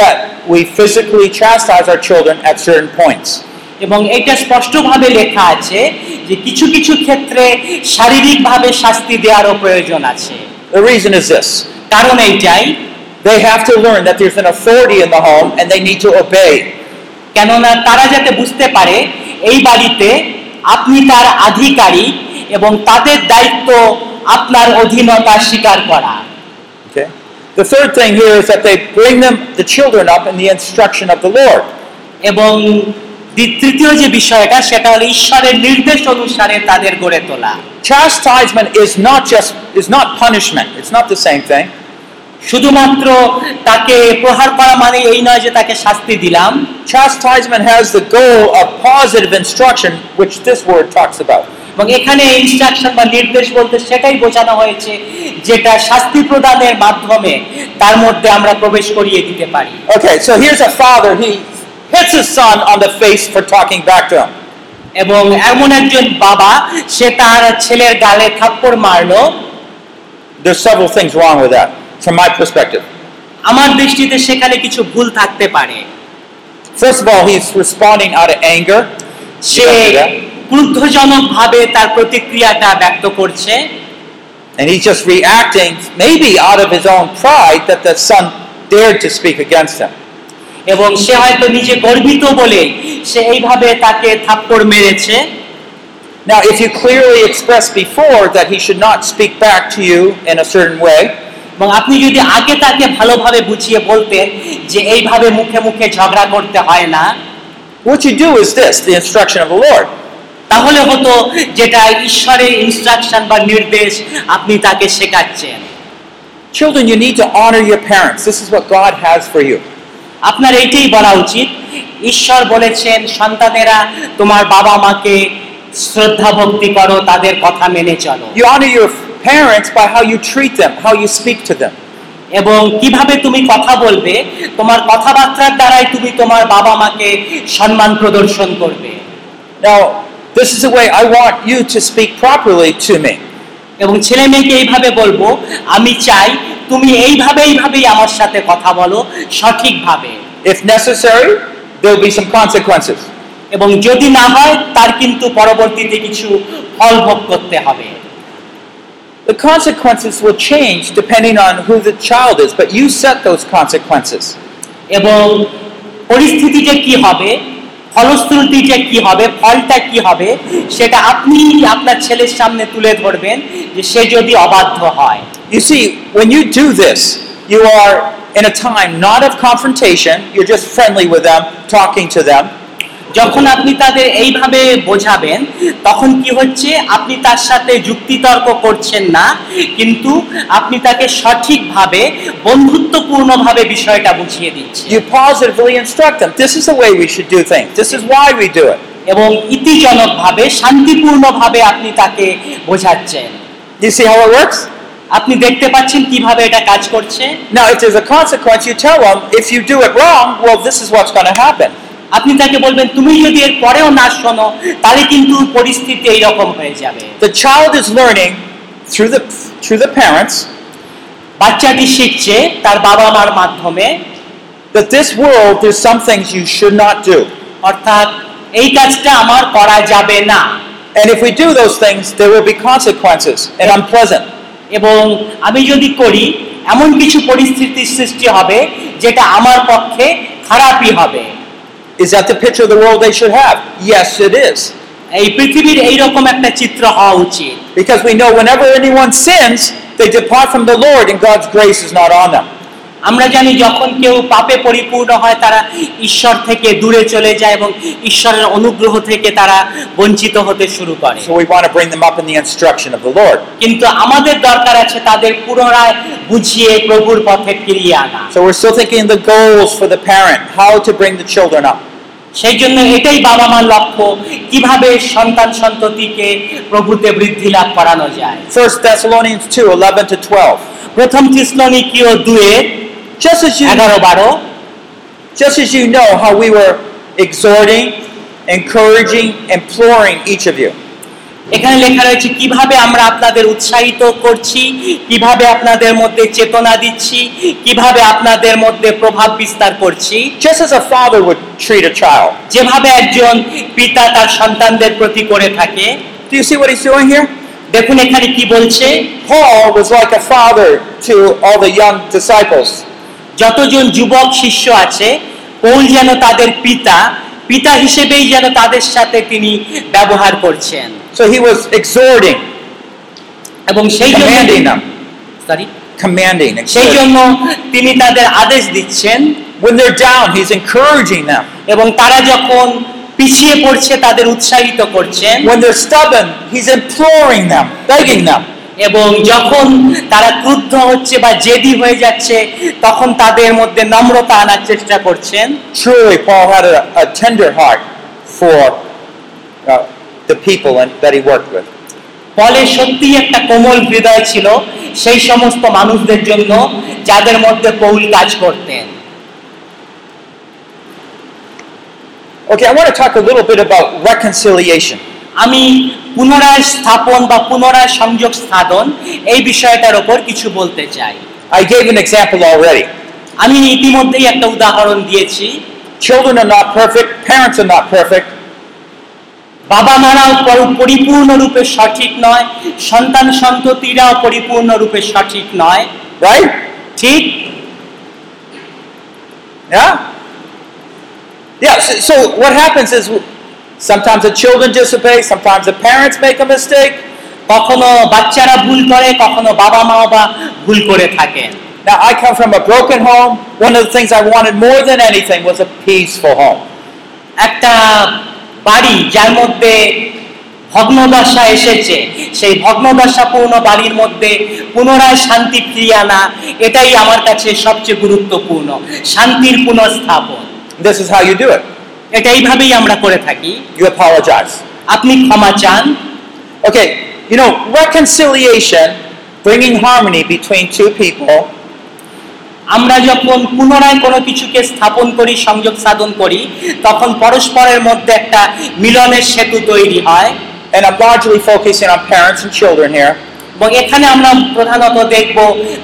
Speaker 4: that we physically chastise our children at certain points.
Speaker 3: এবং এটা স্পষ্টভাবে লেখা আছে যে কিছু কিছু ক্ষেত্রে শারীরিকভাবে শাস্তি দেওয়ারও প্রয়োজন আছে
Speaker 4: The reason is this
Speaker 3: কারণ এইটাই
Speaker 4: they have to learn that there's an authority in the home and they need to obey.
Speaker 3: কেননা তারা যাতে বুঝতে পারে এই বাড়িতে আপনি তার আধিকারী এবং তাদের দায়িত্ব আপনার অধীনতা স্বীকার করা
Speaker 4: Okay? The third thing here is that they bring them, the children up in the instruction of the Lord.
Speaker 3: এবং দ্বি- তৃতীয় যে বিষয়টা সেটা হলো ঈশ্বরের নির্দেশ অনুসারে তাদের গড়ে তোলা
Speaker 4: Chastisement is not just is not punishment. It's not the same thing.
Speaker 3: শুধুমাত্র তাকে প্রহার করা মানে এই নয় যে তাকে শাস্তি দিলাম
Speaker 4: Chastisement has the goal of positive instruction, which this word talks about.
Speaker 3: এবং এখানে ইনস্ট্রাকশন বা নির্দেশ বলতে সেটাই বোঝানো হয়েছে যেটা শাস্তি প্রদানের মাধ্যমে তার মধ্যে আমরা প্রবেশ করিয়ে দিতে পারি
Speaker 4: Okay, so here's a father. He hits his son on the face for talking back to him.
Speaker 3: এবং এমন একজন বাবা সে তার ছেলের গালে থাপ্পড় মারলো
Speaker 4: There's several things wrong with that, from my perspective.
Speaker 3: আমার দৃষ্টিতে সেখানে কিছু ভুল থাকতে পারে
Speaker 4: First of all, he's responding out of anger.
Speaker 3: সে ক্রুদ্ধজনক ভাবে তার প্রতিক্রিয়াটা ব্যক্ত করছে
Speaker 4: And he's just reacting, maybe out of his own pride, that the son dared to speak against him.
Speaker 3: এবং সে হয়তো নিজে গর্বিত বলে সে এইভাবে তাকে থাপ্পড় মেরেছে
Speaker 4: Now, if you clearly expressed before that he should not speak back to you in a certain way,
Speaker 3: এবং আপনি যদি আগে তাকে ভালোভাবে বুঝিয়ে বলতেন যে এইভাবে মুখে মুখে ঝগড়া করতে হয় না
Speaker 4: what you do is this the instruction of the Lord.
Speaker 3: তাহলে হতো যেটা ঈশ্বরের ইনস্ট্রাকশন বা নির্দেশ আপনি তাকে শেখাচ্ছেন
Speaker 4: Children, you need to honor your parents. This is what God has for you.
Speaker 3: আপনার এইটাই বলা উচিত ঈশ্বর বলেছেন সন্তানেরা তোমার বাবা মাকে শ্রদ্ধা ভক্তি করো তাদের কথা মেনে চলো
Speaker 4: You honor your parents by how you treat them, how you speak to them.
Speaker 3: এবং কিভাবে তুমি কথা বলবে তোমার কথাবার্তার দ্বারাই তুমি তোমার বাবা মাকে সম্মান প্রদর্শন করবে
Speaker 4: Now, this is the way I want you to speak properly to me.
Speaker 3: এবং ছেলে মেয়েকে এইভাবে বলবো আমি চাই তুমি এইভাবে এইভাবেই আমার সাথে কথা বলো সঠিকভাবে
Speaker 4: If necessary, there will be some consequences.
Speaker 3: এবং যদি না হয় তার কিন্তু পরবর্তীতে কিছু ফল ভোগ করতে হবে
Speaker 4: The consequences will change depending on who the child is, but you set those consequences.
Speaker 3: এবং পরিস্থিতিটা কি হবে ফলশ্রুতিটা কি হবে ফলটা কি হবে সেটা আপনি আপনার ছেলের সামনে তুলে ধরবেন যে সে যদি অবাধ্য হয়
Speaker 4: You see, when you do this, you are in a time not of confrontation, you're just friendly with them, talking to them,
Speaker 3: যখন আপনি তাদের এইভাবে বোঝাবেন তখন কি হচ্ছে আপনি তার সাথে যুক্তিতর্ক করছেন না কিন্তু আপনি তাকে সঠিকভাবে বন্ধুত্বপূর্ণভাবে বিষয়টা বুঝিয়ে দিচ্ছেন
Speaker 4: you positively instruct them. This is the way we should do things, this is why we do it.
Speaker 3: এবং ইতিজনকভাবে শান্তিপূর্ণভাবে আপনি তাকে বোঝাচ্ছেন
Speaker 4: You see how it works?
Speaker 3: আপনি দেখতে পাচ্ছেন কিভাবে এটা কাজ করছে
Speaker 4: Now, if there's a consequence, you tell them, if you do it wrong, well, this is what's going to happen.
Speaker 3: আপনি তাকে বলবেন তুমি যদি এর পরেও না শোনো তাহলে কিন্তু পরিস্থিতি এইরকম হয়ে যাবে
Speaker 4: The child is learning through the, through the parents
Speaker 3: বাচ্চাটি শিখছে তার বাবা মার মাধ্যমে
Speaker 4: that this world, there's some things you should not do.
Speaker 3: অর্থাৎ এই কাজটা আমার করা যাবে না
Speaker 4: And if we do those things, there will be consequences and unpleasant.
Speaker 3: এবং আমি যদি করি এমন কিছু পরিস্থিতির সৃষ্টি হবে যেটা আমার পক্ষে খারাপই হবে
Speaker 4: Is that the picture of the world they should have? Yes, it is.
Speaker 3: এই পৃথিবীর এইরকম একটা চিত্র হওয়া উচিত
Speaker 4: Because we know whenever anyone sins, they depart from the Lord and God's grace is not on them.
Speaker 3: আমরা জানি যখন কেউ পাপে পরিপূর্ণ হয় তারা ঈশ্বর থেকে দূরে চলে যায় এবং ঈশ্বরের অনুগ্রহ থেকে তারা বঞ্চিত হতে শুরু করে
Speaker 4: So we want to bring them up in the instruction of the Lord.
Speaker 3: কিন্তু আমাদের দরকার আছে তাদের পুনরায় বুঝিয়ে প্রভুর পথে ফিরিয়ে আনা
Speaker 4: So we're still thinking the goals for the parent, how to bring the children up.
Speaker 3: সেই জন্য এটাই বাবা মার লক্ষ্য কিভাবে সন্তান সন্ততিকে প্রভুতে বৃদ্ধি লাভ করানো যায়
Speaker 4: 1 Thessalonians 2 11 to 12.
Speaker 3: প্রথম তৃষ্ণনিকীয় দুয়ে
Speaker 4: Just as you
Speaker 3: এগারো বারো
Speaker 4: just as you know how we were exhorting, encouraging, imploring each of you.
Speaker 3: এখানে লেখা রয়েছে কিভাবে আমরা আপনাদের উৎসাহিত করছি কিভাবে আপনাদের মধ্যে চেতনা দিচ্ছি কিভাবে আপনাদের মধ্যে প্রভাব বিস্তার করছি
Speaker 4: Just as a father would treat a child.
Speaker 3: যেভাবে একজন পিতা তার সন্তানদের প্রতি করে থাকে
Speaker 4: Do you see what he's doing here?
Speaker 3: দেখুন এখানে কি বলছে
Speaker 4: Paul was like a father to all the young disciples.
Speaker 3: যতজন যুবক শিষ্য আছে পৌল যেন তাদের পিতা পিতা হিসেবেই যেন তাদের সাথে তিনি ব্যবহার করছেন
Speaker 4: So he was exhorting,
Speaker 3: এবং সেই জন্য
Speaker 4: commanding them,
Speaker 3: Sorry.
Speaker 4: commanding.
Speaker 3: সেই
Speaker 4: exhorting.
Speaker 3: জন্য তিনি তাদের আদেশ দিচ্ছেন
Speaker 4: When they're down, he's encouraging them.
Speaker 3: এবং তারা যখন পিছিয়ে পড়ছে তাদের উৎসাহিত করছেন
Speaker 4: When they're stubborn, he's imploring them, begging them.
Speaker 3: এবং যখন তারা ক্রুদ্ধ হচ্ছে বা জেদি হয়ে যাচ্ছে তখন তাদের মধ্যে নম্রতা আনার চেষ্টা করছেন
Speaker 4: Truly, Paul had a, a tender heart for uh, the people and, that he worked with.
Speaker 3: ফলে সত্যি একটা কোমল হৃদয় ছিল সেই সমস্ত মানুষদের জন্য যাদের মধ্যে পৌল কাজ করতেন
Speaker 4: Okay, I want to talk a little bit about reconciliation.
Speaker 3: আমি পুনরায় স্থাপন বা পুনরায় সংযোগ স্থাপন এই বিষয়টার ওপর কিছু বলতে চাই
Speaker 4: I gave an example already.
Speaker 3: আমি ইতিমধ্যেই একটা উদাহরণ দিয়েছি
Speaker 4: Children are not perfect, parents are not perfect,
Speaker 3: বাবা মারাও পর- পরিপূর্ণরূপে সঠিক নয় সন্তান সন্ততিরাও পরিপূর্ণরূপে সঠিক নয়
Speaker 4: right?
Speaker 3: ঠিক
Speaker 4: Yeah? Yeah, so, so what happens is sometimes the children disobey, sometimes the parents make a mistake.
Speaker 3: কখনো বাচ্চারা ভুল করে কখনো বাবা মাও বা ভুল করে থাকেন
Speaker 4: Now, I come from a broken home. One of the things I wanted more than anything was a peaceful home.
Speaker 3: একটা বাড়ি যার মধ্যে ভগ্নদশা এসেছে সেই ভগ্নদশাপূর্ণ বাড়ির মধ্যে পুনরায় শান্তি ফিরিয়ে আনা এটাই আমার কাছে সবচেয়ে গুরুত্বপূর্ণ শান্তির পুনঃস্থাপন
Speaker 4: This is how you do it
Speaker 3: এটা এইভাবেই আমরা করে থাকি
Speaker 4: you apologize.
Speaker 3: আপনি ক্ষমা চান
Speaker 4: Okay, you know, reconciliation, bringing harmony between two people,
Speaker 3: আমরা যখন পুনরায় কোনো কিছুকে স্থাপন করি সংযোগ সাধন করি তখন পরস্পরের মধ্যে একটা মিলনের সেতু তৈরি হয়
Speaker 4: and I'm largely focusing on parents and children here.
Speaker 3: এবং এখানে আমরা প্রধানত দেখব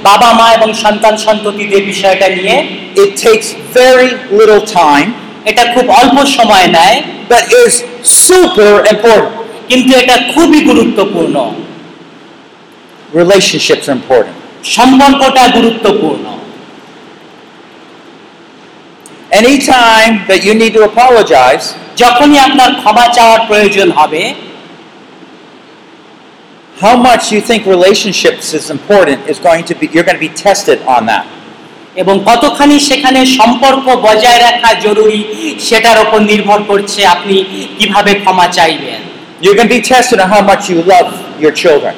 Speaker 3: বাবা মা এবং সন্তান সন্ততিদের বিষয়টা নিয়ে
Speaker 4: It takes very little time,
Speaker 3: এটা খুব অল্প সময় নেয়
Speaker 4: but is super important.
Speaker 3: কিন্তু এটা খুবই গুরুত্বপূর্ণ
Speaker 4: Relationships are important.
Speaker 3: সম্পর্কটা গুরুত্বপূর্ণ
Speaker 4: Anytime that you need to apologize,
Speaker 3: যখনই আপনার ক্ষমা চাওয়ার প্রয়োজন হবে
Speaker 4: how much you think relationships is important is going to be you're going to be tested on that.
Speaker 3: এবং কতখানি সেখানে সম্পর্ক বজায় রাখা জরুরি সেটার ওপর নির্ভর করছে আপনি কিভাবে ক্ষমা চাইবেন
Speaker 4: You're going to be tested on how much you love your children.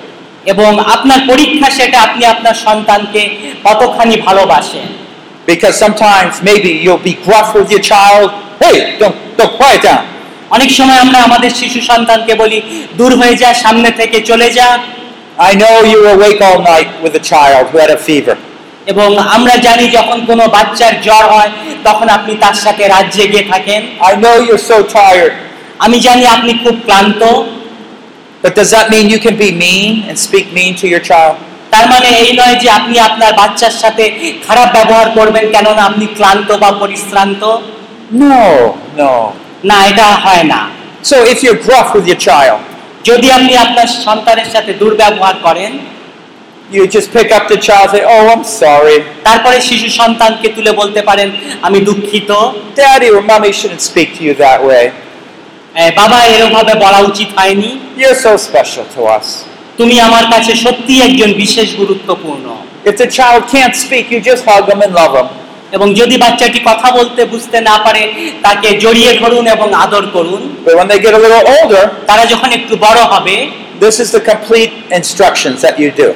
Speaker 3: এবং আপনার পরীক্ষা সেটা আপনি আপনার সন্তানকে কতখানি ভালোবাসেন
Speaker 4: Because sometimes maybe you'll be gruff with your child. Hey, don't don't quiet down.
Speaker 3: অনেক সময় আমরা আমাদের শিশু সন্তানকে বলি দূর হয়ে যা সামনে থেকে চলে যা
Speaker 4: I know you were awake all night with a child who had a fever.
Speaker 3: এবং আমরা জানি যখন কোনো বাচ্চার জ্বর হয় তখন আপনি তার সাথে রাত জেগে থাকেন
Speaker 4: I know you're so tired.
Speaker 3: আমি জানি আপনি খুব ক্লান্ত
Speaker 4: But does that mean you can be mean and speak mean to your child?
Speaker 3: তার মানে এই নয় যে আপনি আপনার বাচ্চার সাথে খারাপ ব্যবহার করবেন কেননা আপনি ক্লান্ত বা পরিশ্রান্ত
Speaker 4: No, no.
Speaker 3: না এটা হয় না
Speaker 4: So if you're gruff with your child,
Speaker 3: যদি আপনি আপনার সন্তানের সাথে দুর্ব্যবহার করেন
Speaker 4: you just pick up the child and say, "Oh, I'm sorry,
Speaker 3: তারপরে শিশু সন্তানকে তুলে বলতে পারেন আমি দুঃখিত
Speaker 4: Daddy or Mommy shouldn't speak to you that way.
Speaker 3: এ, বাবা এরমভাবে বলা উচিত হয়নি
Speaker 4: You're so special to us."
Speaker 3: তুমি আমার কাছে সত্যি একজন বিশেষ গুরুত্বপূর্ণ
Speaker 4: If the child can't speak, you just hug them and love them.
Speaker 3: এবং যদি বাচ্চাটি কথা বলতে বুঝতে না পারে তাকে জড়িয়ে ধরুন এবং আদর করুন
Speaker 4: But when they get a little older,
Speaker 3: তারা যখন একটু বড় হবে
Speaker 4: this is the complete instructions that you do.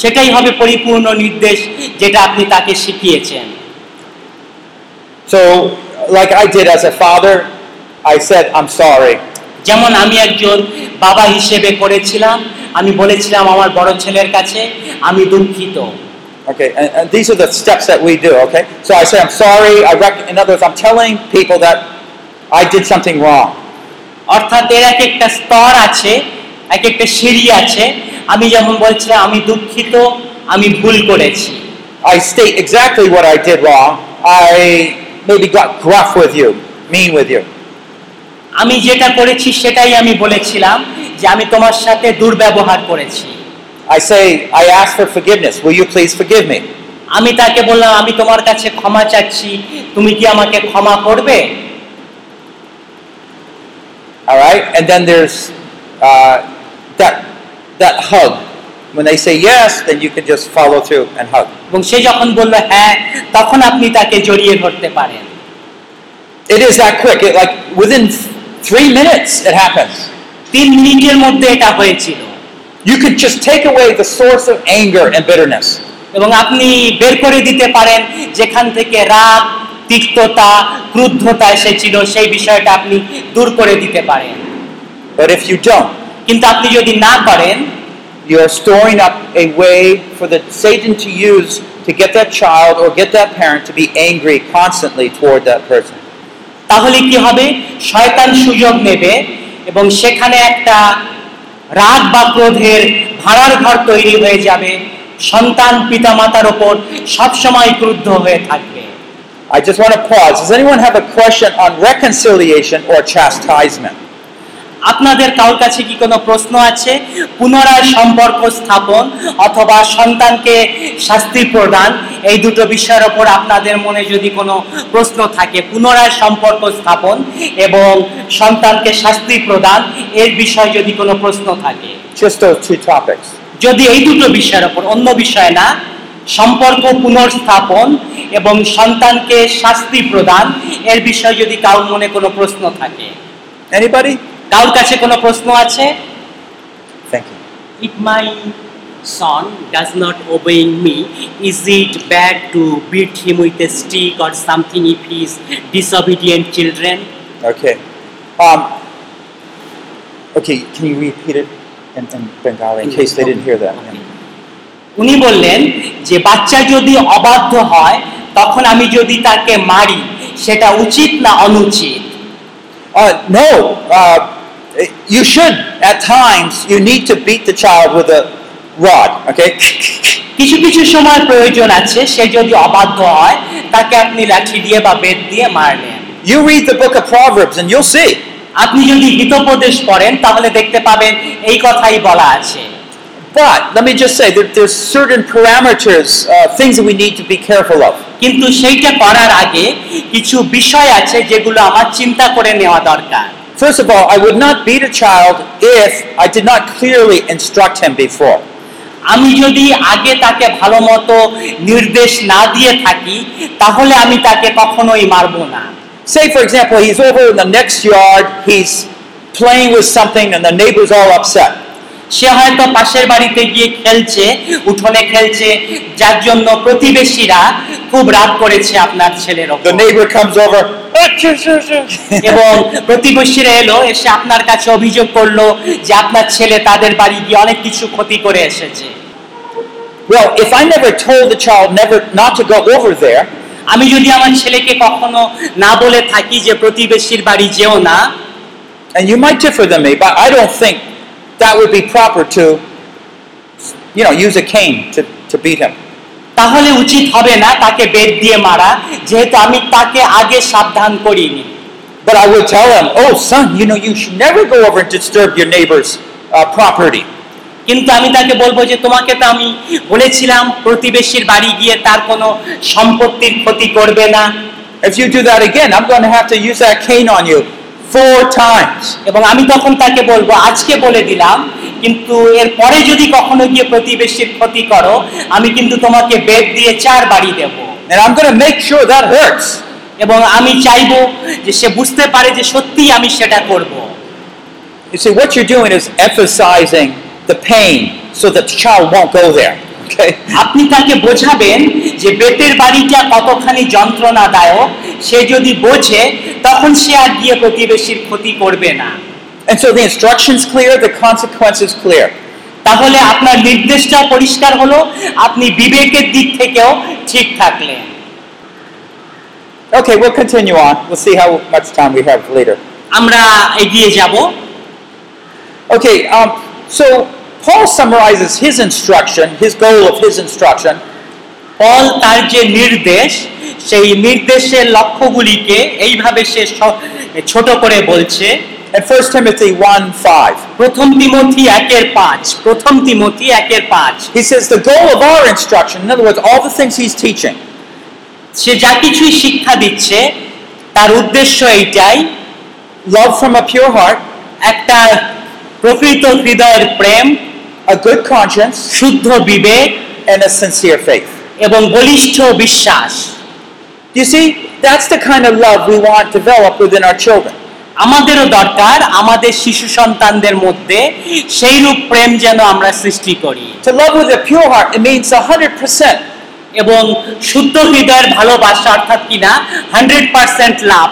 Speaker 3: সেটাই হবে পরিপূর্ণ নির্দেশ যেটা আপনি তাকে শিখিয়েছেন
Speaker 4: So, like I did as a father, I said, I'm sorry.
Speaker 3: যেমন আমি একজন বাবা হিসেবে করেছিলাম আমি বলেছিলাম আমার বড় ছেলের কাছে আমি দুঃখিত
Speaker 4: Okay, and, and these are the steps that we do, okay? So I say, I'm sorry. I rec- in other words, I'm telling people that I did something wrong.
Speaker 3: অর্থাৎ এর এক একটা স্তর আছে এক একটা সিঁড়ি আছে আমি যেমন বলছিলাম আমি দুঃখিত আমি ভুল করেছি
Speaker 4: I state exactly what I did wrong. I maybe got gruff with you, mean with you.
Speaker 3: আমি যেটা করেছি সেটাই আমি বলেছিলাম যে আমি তোমার সাথে দুর্ব্যবহার করেছি
Speaker 4: I say, I ask for forgiveness. Will you please forgive me?
Speaker 3: আমি তাকে বললাম আমি তোমার কাছে ক্ষমা চাচ্ছি তুমি কি আমাকে ক্ষমা করবে
Speaker 4: All right, and then there's uh, that that hug. When they say yes, then you can just follow through and hug.
Speaker 3: এবং সে যখন বলল হ্যাঁ তখন আপনি তাকে জড়িয়ে ধরতে পারেন
Speaker 4: It is that quick. It like within three minutes, it happens.
Speaker 3: তিন মিনিটের মধ্যে এটা হয়েছিল
Speaker 4: You could just take away the source of anger and bitterness.
Speaker 3: এবং আপনি বের করে দিতে পারেন যেখান থেকে রাগ তিক্ততা ক্রুদ্ধতা এসেছিল সেই বিষয়টা আপনি দূর করে দিতে পারেন
Speaker 4: But if you don't,
Speaker 3: কিন্তু আপনি যদি না করেন
Speaker 4: you are storing up a way for the Satan to use to get that child or get that parent to be angry constantly toward that person.
Speaker 3: তাহলে কি হবে শয়তান সুযোগ নেবে এবং সেখানে একটা রাগ বা ক্রোধের ভাড়ার ঘর তৈরি হয়ে যাবে সন্তান পিতামাতার ওপর সবসময় ক্রুদ্ধ হয়ে থাকবে
Speaker 4: I just want to pause. Does anyone have a question on reconciliation or chastisement?
Speaker 3: আপনাদের কারোর কাছে কি কোনো প্রশ্ন আছে পুনরায় সম্পর্ক স্থাপন অথবা সন্তানকে শাস্তি প্রদান এই দুটো বিষয়ের ওপর আপনাদের মনে যদি কোনো প্রশ্ন থাকে পুনরায় সম্পর্ক স্থাপন এবং সন্তানকে শাস্তি প্রদান এর বিষয়ে যদি কোনো প্রশ্ন থাকে
Speaker 4: Just those two topics.
Speaker 3: যদি এই দুটো বিষয়ের ওপর অন্য বিষয় না সম্পর্ক পুনর্স্থাপন এবং সন্তানকে শাস্তি প্রদান এর বিষয়ে যদি কারোর মনে কোনো প্রশ্ন থাকে
Speaker 4: Anybody?
Speaker 3: কারোর কাছে কোনো প্রশ্ন আছে
Speaker 4: Thank you.
Speaker 3: if my son does not obeying me is it bad to beat him with a stick or something if he is disobedient children
Speaker 4: Okay. Um, okay, can you repeat it in, in Bengali in case they didn't hear that? Yeah.
Speaker 3: উনি বললেন যে বাচ্চা যদি অবাধ্য হয় তখন আমি যদি তাকে মারি সেটা উচিত না অনুচিত
Speaker 4: Uh, no, uh, you should. At times, you need to beat the child with a rod. Okay, <laughs>
Speaker 3: কিছু কিছু সময় প্রয়োজন আছে সে যদি অবাধ্য হয় তাকে আপনি লাঠি দিয়ে বা বেত দিয়ে মারলেন
Speaker 4: you read the book of Proverbs and you'll see.
Speaker 3: আপনি যদি হিতোপদেশ করেন তাহলে দেখতে পাবেন এই কথাই বলা আছে
Speaker 4: But let me just say that there's certain parameters, uh, things that we need to be careful of.
Speaker 3: কিন্তু সেইটা করার আগে কিছু বিষয় আছে যেগুলো আমার চিন্তা করে নেওয়া দরকার
Speaker 4: First of all, I would not beat a child if I did not clearly instruct him before.
Speaker 3: আমি যদি আগে তাকে ভালো মতো নির্দেশ না দিয়ে থাকি তাহলে আমি তাকে কখনোই মারবো না
Speaker 4: Say, for example, he's over in the next yard, he's playing with something, and the neighbor's all upset.
Speaker 3: সে হয়তো পাশের বাড়িতে গিয়ে খেলছে উঠোনে খেলছে যার জন্য প্রতিবেশীরা খুব রাগ করেছে আপনার ছেলের ওপর।
Speaker 4: The neighbor comes over.
Speaker 3: এবং প্রতিবেশীরা এলো এসে আপনার কাছে অভিযোগ করলো যে আপনার ছেলে তাদের বাড়ি গিয়ে অনেক কিছু ক্ষতি করে এসেছে
Speaker 4: Well, if I never told the child never not to go over there,
Speaker 3: আমি যদি আমার ছেলেকে কখনো না বলে থাকি যে প্রতিবেশীর বাড়ি যেও না
Speaker 4: and you might differ than me, but I don't think that would be proper to, you know, use a cane to, to beat him.
Speaker 3: তাহলে উচিত হবে না তাকে বেদ দিয়ে মারা যেহেতু আমি তাকে আগে সাবধান করিনি
Speaker 4: But I would tell him, oh, son, you know, you should never go over and disturb your neighbor's uh, property.
Speaker 3: কিন্তু আমি তাকে বলবো যে তোমাকে তো আমি বলেছিলাম প্রতিবেশীর বাড়ি গিয়ে তার কোনো সম্পত্তির ক্ষতি করবে না
Speaker 4: If you do that again, I'm going to have to use that cane on you four times.
Speaker 3: এবং আমি তখন তাকে বলবো আজকে বলে দিলাম কিন্তু এর পরে যদি কখনো গিয়ে প্রতিবেশীর ক্ষতি করো আমি কিন্তু তোমাকে বেদ দিয়ে চার বাড়ি দেবো
Speaker 4: And I'm going to make sure that hurts.
Speaker 3: এবং আমি চাইবো যে সে বুঝতে পারে যে সত্যি আমি সেটা করব
Speaker 4: You see, what you're doing is emphasizing the pain so that the child won't go there. Okay?
Speaker 3: আপনি তাকে বোঝাবেন যে বেতের বাড়িটা কতখানি যন্ত্রণাদায়ক সে যদি বোঝে তখন সে আর গিয়ে প্রতিবেশীর ক্ষতি করবে না
Speaker 4: And so the instruction's clear, the consequence is clear.
Speaker 3: তাহলে আপনার নির্দেশটা পরিষ্কার হলো আপনি বিবেকের দিক থেকেও ঠিক থাকলেন
Speaker 4: Okay, we'll continue on. We'll see how much time we have later.
Speaker 3: আমরা এগিয়ে যাব
Speaker 4: Okay, um, so Paul summarizes his instruction, his goal of his instruction,
Speaker 3: পল তার যে নির্দেশ সেই নির্দেশের লক্ষ্যগুলিকে এইভাবে সে স- ছোট করে বলছে
Speaker 4: in 1 Timothy 1 5.
Speaker 3: প্রথম তিমথি একের পাঁচ প্রথম তিমথি একের পাঁচ
Speaker 4: He says, The goal of our instruction, in other words, all the things he's teaching,
Speaker 3: সে যা কিছুই শিক্ষা দিচ্ছে তার উদ্দেশ্য এইটাই
Speaker 4: love from a pure heart,
Speaker 3: একটা প্রকৃত হৃদয়ের প্রেম
Speaker 4: a good conscience,
Speaker 3: শুদ্ধ বিবেক
Speaker 4: and a sincere faith.
Speaker 3: এবং বলিষ্ঠ বিশ্বাস
Speaker 4: You see, that's the kind of love we want developed within our children.
Speaker 3: আমাদেরও দরকার আমাদের শিশু সন্তানদের মধ্যে সেই রূপ প্রেম যেন আমরা সৃষ্টি করি
Speaker 4: To love with a pure heart, it means 100%.
Speaker 3: এবং শুদ্ধ হৃদয়ের ভালোবাসা অর্থাৎ কিনা hundred percent love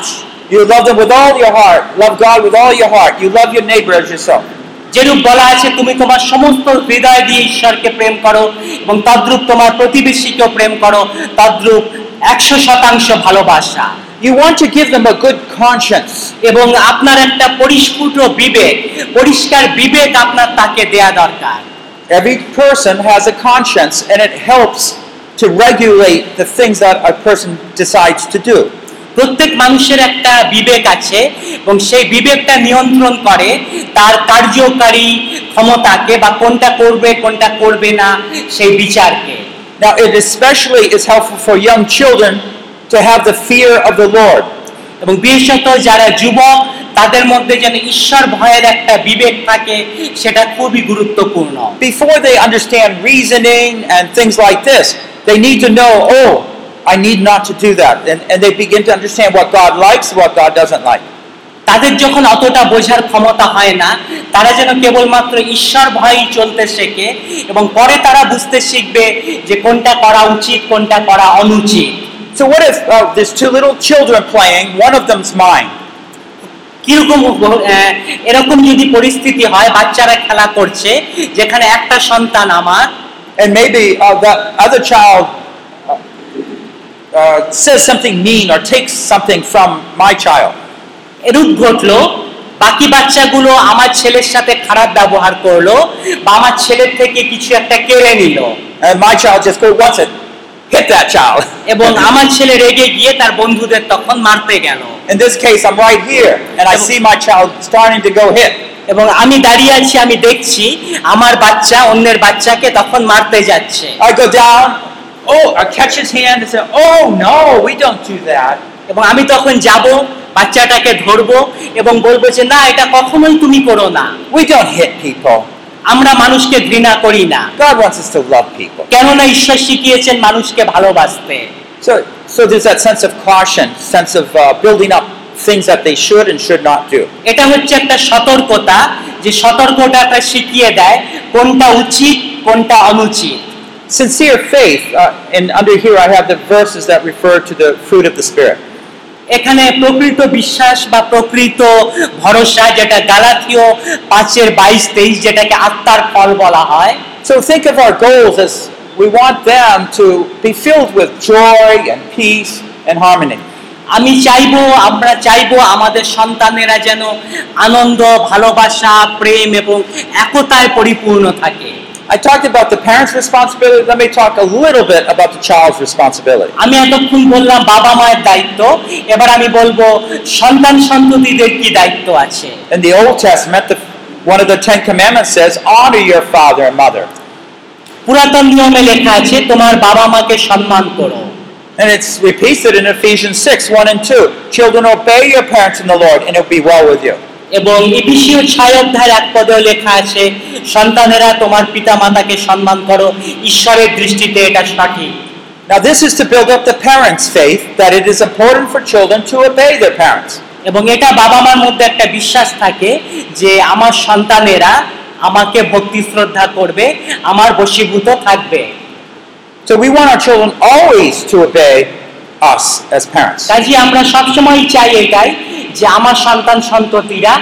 Speaker 4: You love them with all your heart. Love God with all your heart. You love your neighbor as yourself.
Speaker 3: যেরূপ বলা আছে তুমি তোমার সমস্ত হৃদয় দিয়ে ঈশ্বরকে প্রেম করো এবং তদ্রূপ তোমার প্রতিবেশীকেও প্রেম করো তদ্রূপ একশো শতাংশ ভালোবাসা
Speaker 4: you want to give them a good conscience.
Speaker 3: এবং আপনার একটা পরিস্ফুট বিবেক পরিষ্কার বিবেক আপনার তাকে দেয়া দরকার
Speaker 4: Every person has a conscience, and it helps to regulate the things that a person decides to do.
Speaker 3: প্রত্যেক মানুষের একটা বিবেক আছে এবং সেই বিবেকটা নিয়ন্ত্রণ করে তার কার্যকারী ক্ষমতাকে বা কোনটা করবে কোনটা করবে না সেই বিচারকে
Speaker 4: Now, it especially is helpful for young children to have the fear of the Lord.
Speaker 3: এবং বিশেষত যারা যুবক তাদের মধ্যে যেন ঈশ্বর ভয়ের একটা বিবেক থাকে সেটা খুবই গুরুত্বপূর্ণ
Speaker 4: Before they understand reasoning and things like this, they need to know, oh, I need not to do that. And, and they begin to understand what God likes, what God doesn't like.
Speaker 3: তাদের যখন অতটা বোঝার ক্ষমতা হয় না তারা যেন কেবলমাত্র ঈশ্বর ভয়ই চলতে শেখে এবং পরে তারা বুঝতে শিখবে যে কোনটা করা উচিত কোনটা করা অনুচিত
Speaker 4: So, what if uh, there's two little children playing, one of them's mine?
Speaker 3: কিরকম হ- আহ, এরকম যদি পরিস্থিতি হয় বাচ্চারা খেলা করছে যেখানে একটা সন্তান আমার
Speaker 4: and maybe uh, that other child uh, uh, says something mean or takes something from my child.
Speaker 3: এরূপ ঘটলো বাকি বাচ্চাগুলো আমার ছেলের সাথে খারাপ ব্যবহার করলো বা আমার ছেলের থেকে কিছু একটা কেড়ে নিল
Speaker 4: And my child just goes, wants it, hit that child. <laughs>
Speaker 3: এবং আমার ছেলে রেগে গিয়ে তার বন্ধুদের তখন মারতে গেল
Speaker 4: In this case, I'm right here, and I see my child starting to go hit.
Speaker 3: এবং আমি দাঁড়িয়ে আছি আমি দেখছি আমার বাচ্চা অন্যের বাচ্চাকে তখন মারতে যাচ্ছে
Speaker 4: I go down, oh, I catch his hand and say, oh, no, we don't do that.
Speaker 3: এবং আমি তখন যাব বাচ্চাটাকে ধরবো এবং বলবো যে না এটা কখনোই তুমি করো না
Speaker 4: We don't hit people.
Speaker 3: আমরা মানুষকে ঘৃণা করি না
Speaker 4: God wants us to love people.
Speaker 3: কেননা ঈশ্বর শিখিয়েছেন মানুষকে ভালোবাসতে
Speaker 4: So, so there's that sense of caution, sense of uh, building up things that they should and should not do.
Speaker 3: এটা হচ্ছে একটা সতর্কতা যে সতর্কতাটা শিখিয়ে দেয় কোনটা উচিত কোনটা অনুচিত
Speaker 4: Sincere faith, uh, and under here I have the verses that refer to the fruit of the Spirit.
Speaker 3: এখানে প্রকৃত বিশ্বাস বা প্রকৃত ভরসা যেটা গালাথীয় পাঁচের বাইশ তেইশ যেটাকে আত্মার ফল বলা হয়
Speaker 4: So think of our goals as we want them to be filled with joy and peace and harmony.
Speaker 3: আমি চাইবো আমরা চাইবো আমাদের সন্তানেরা যেন আনন্দ ভালোবাসা প্রেম এবং একতায় পরিপূর্ণ থাকে
Speaker 4: I talked about the parents' responsibility. Let me talk a little bit about the child's responsibility.
Speaker 3: আমি এতক্ষণ বললাম বাবা মায়ের দায়িত্ব এবার আমি বলবো সন্তান সন্ততিদের কি দায়িত্ব আছে
Speaker 4: In the Old Testament, the, one of the Ten Commandments says, "Honor your father and mother,"
Speaker 3: পুরাতন নিয়মে লেখা আছে তোমার বাবা মাকে সম্মান করো
Speaker 4: and it's repeated in Ephesians six one and two. Children, obey your parents in the Lord, and it will be well with you.
Speaker 3: এবং এপিসীয় ছয় অধ্যায়ের এক পদেও লেখা আছে সন্তানেরা তোমার পিতা মাতাকে সম্মান করো ঈশ্বরের দৃষ্টিতে এটা সঠিক
Speaker 4: Now, this is to build up the parents' faith that it is important for children to obey their parents.
Speaker 3: এবং এটা বাবা মার মধ্যে একটা বিশ্বাস থাকে যে আমার সন্তানেরা আমাকে ভক্তি শ্রদ্ধা করবে আমার বশীভূত থাকবে
Speaker 4: So, we want our children always to obey us as parents.
Speaker 3: কাজে আমরা সবসময় চাই এটাই যে আমার সন্তান সন্ততিরা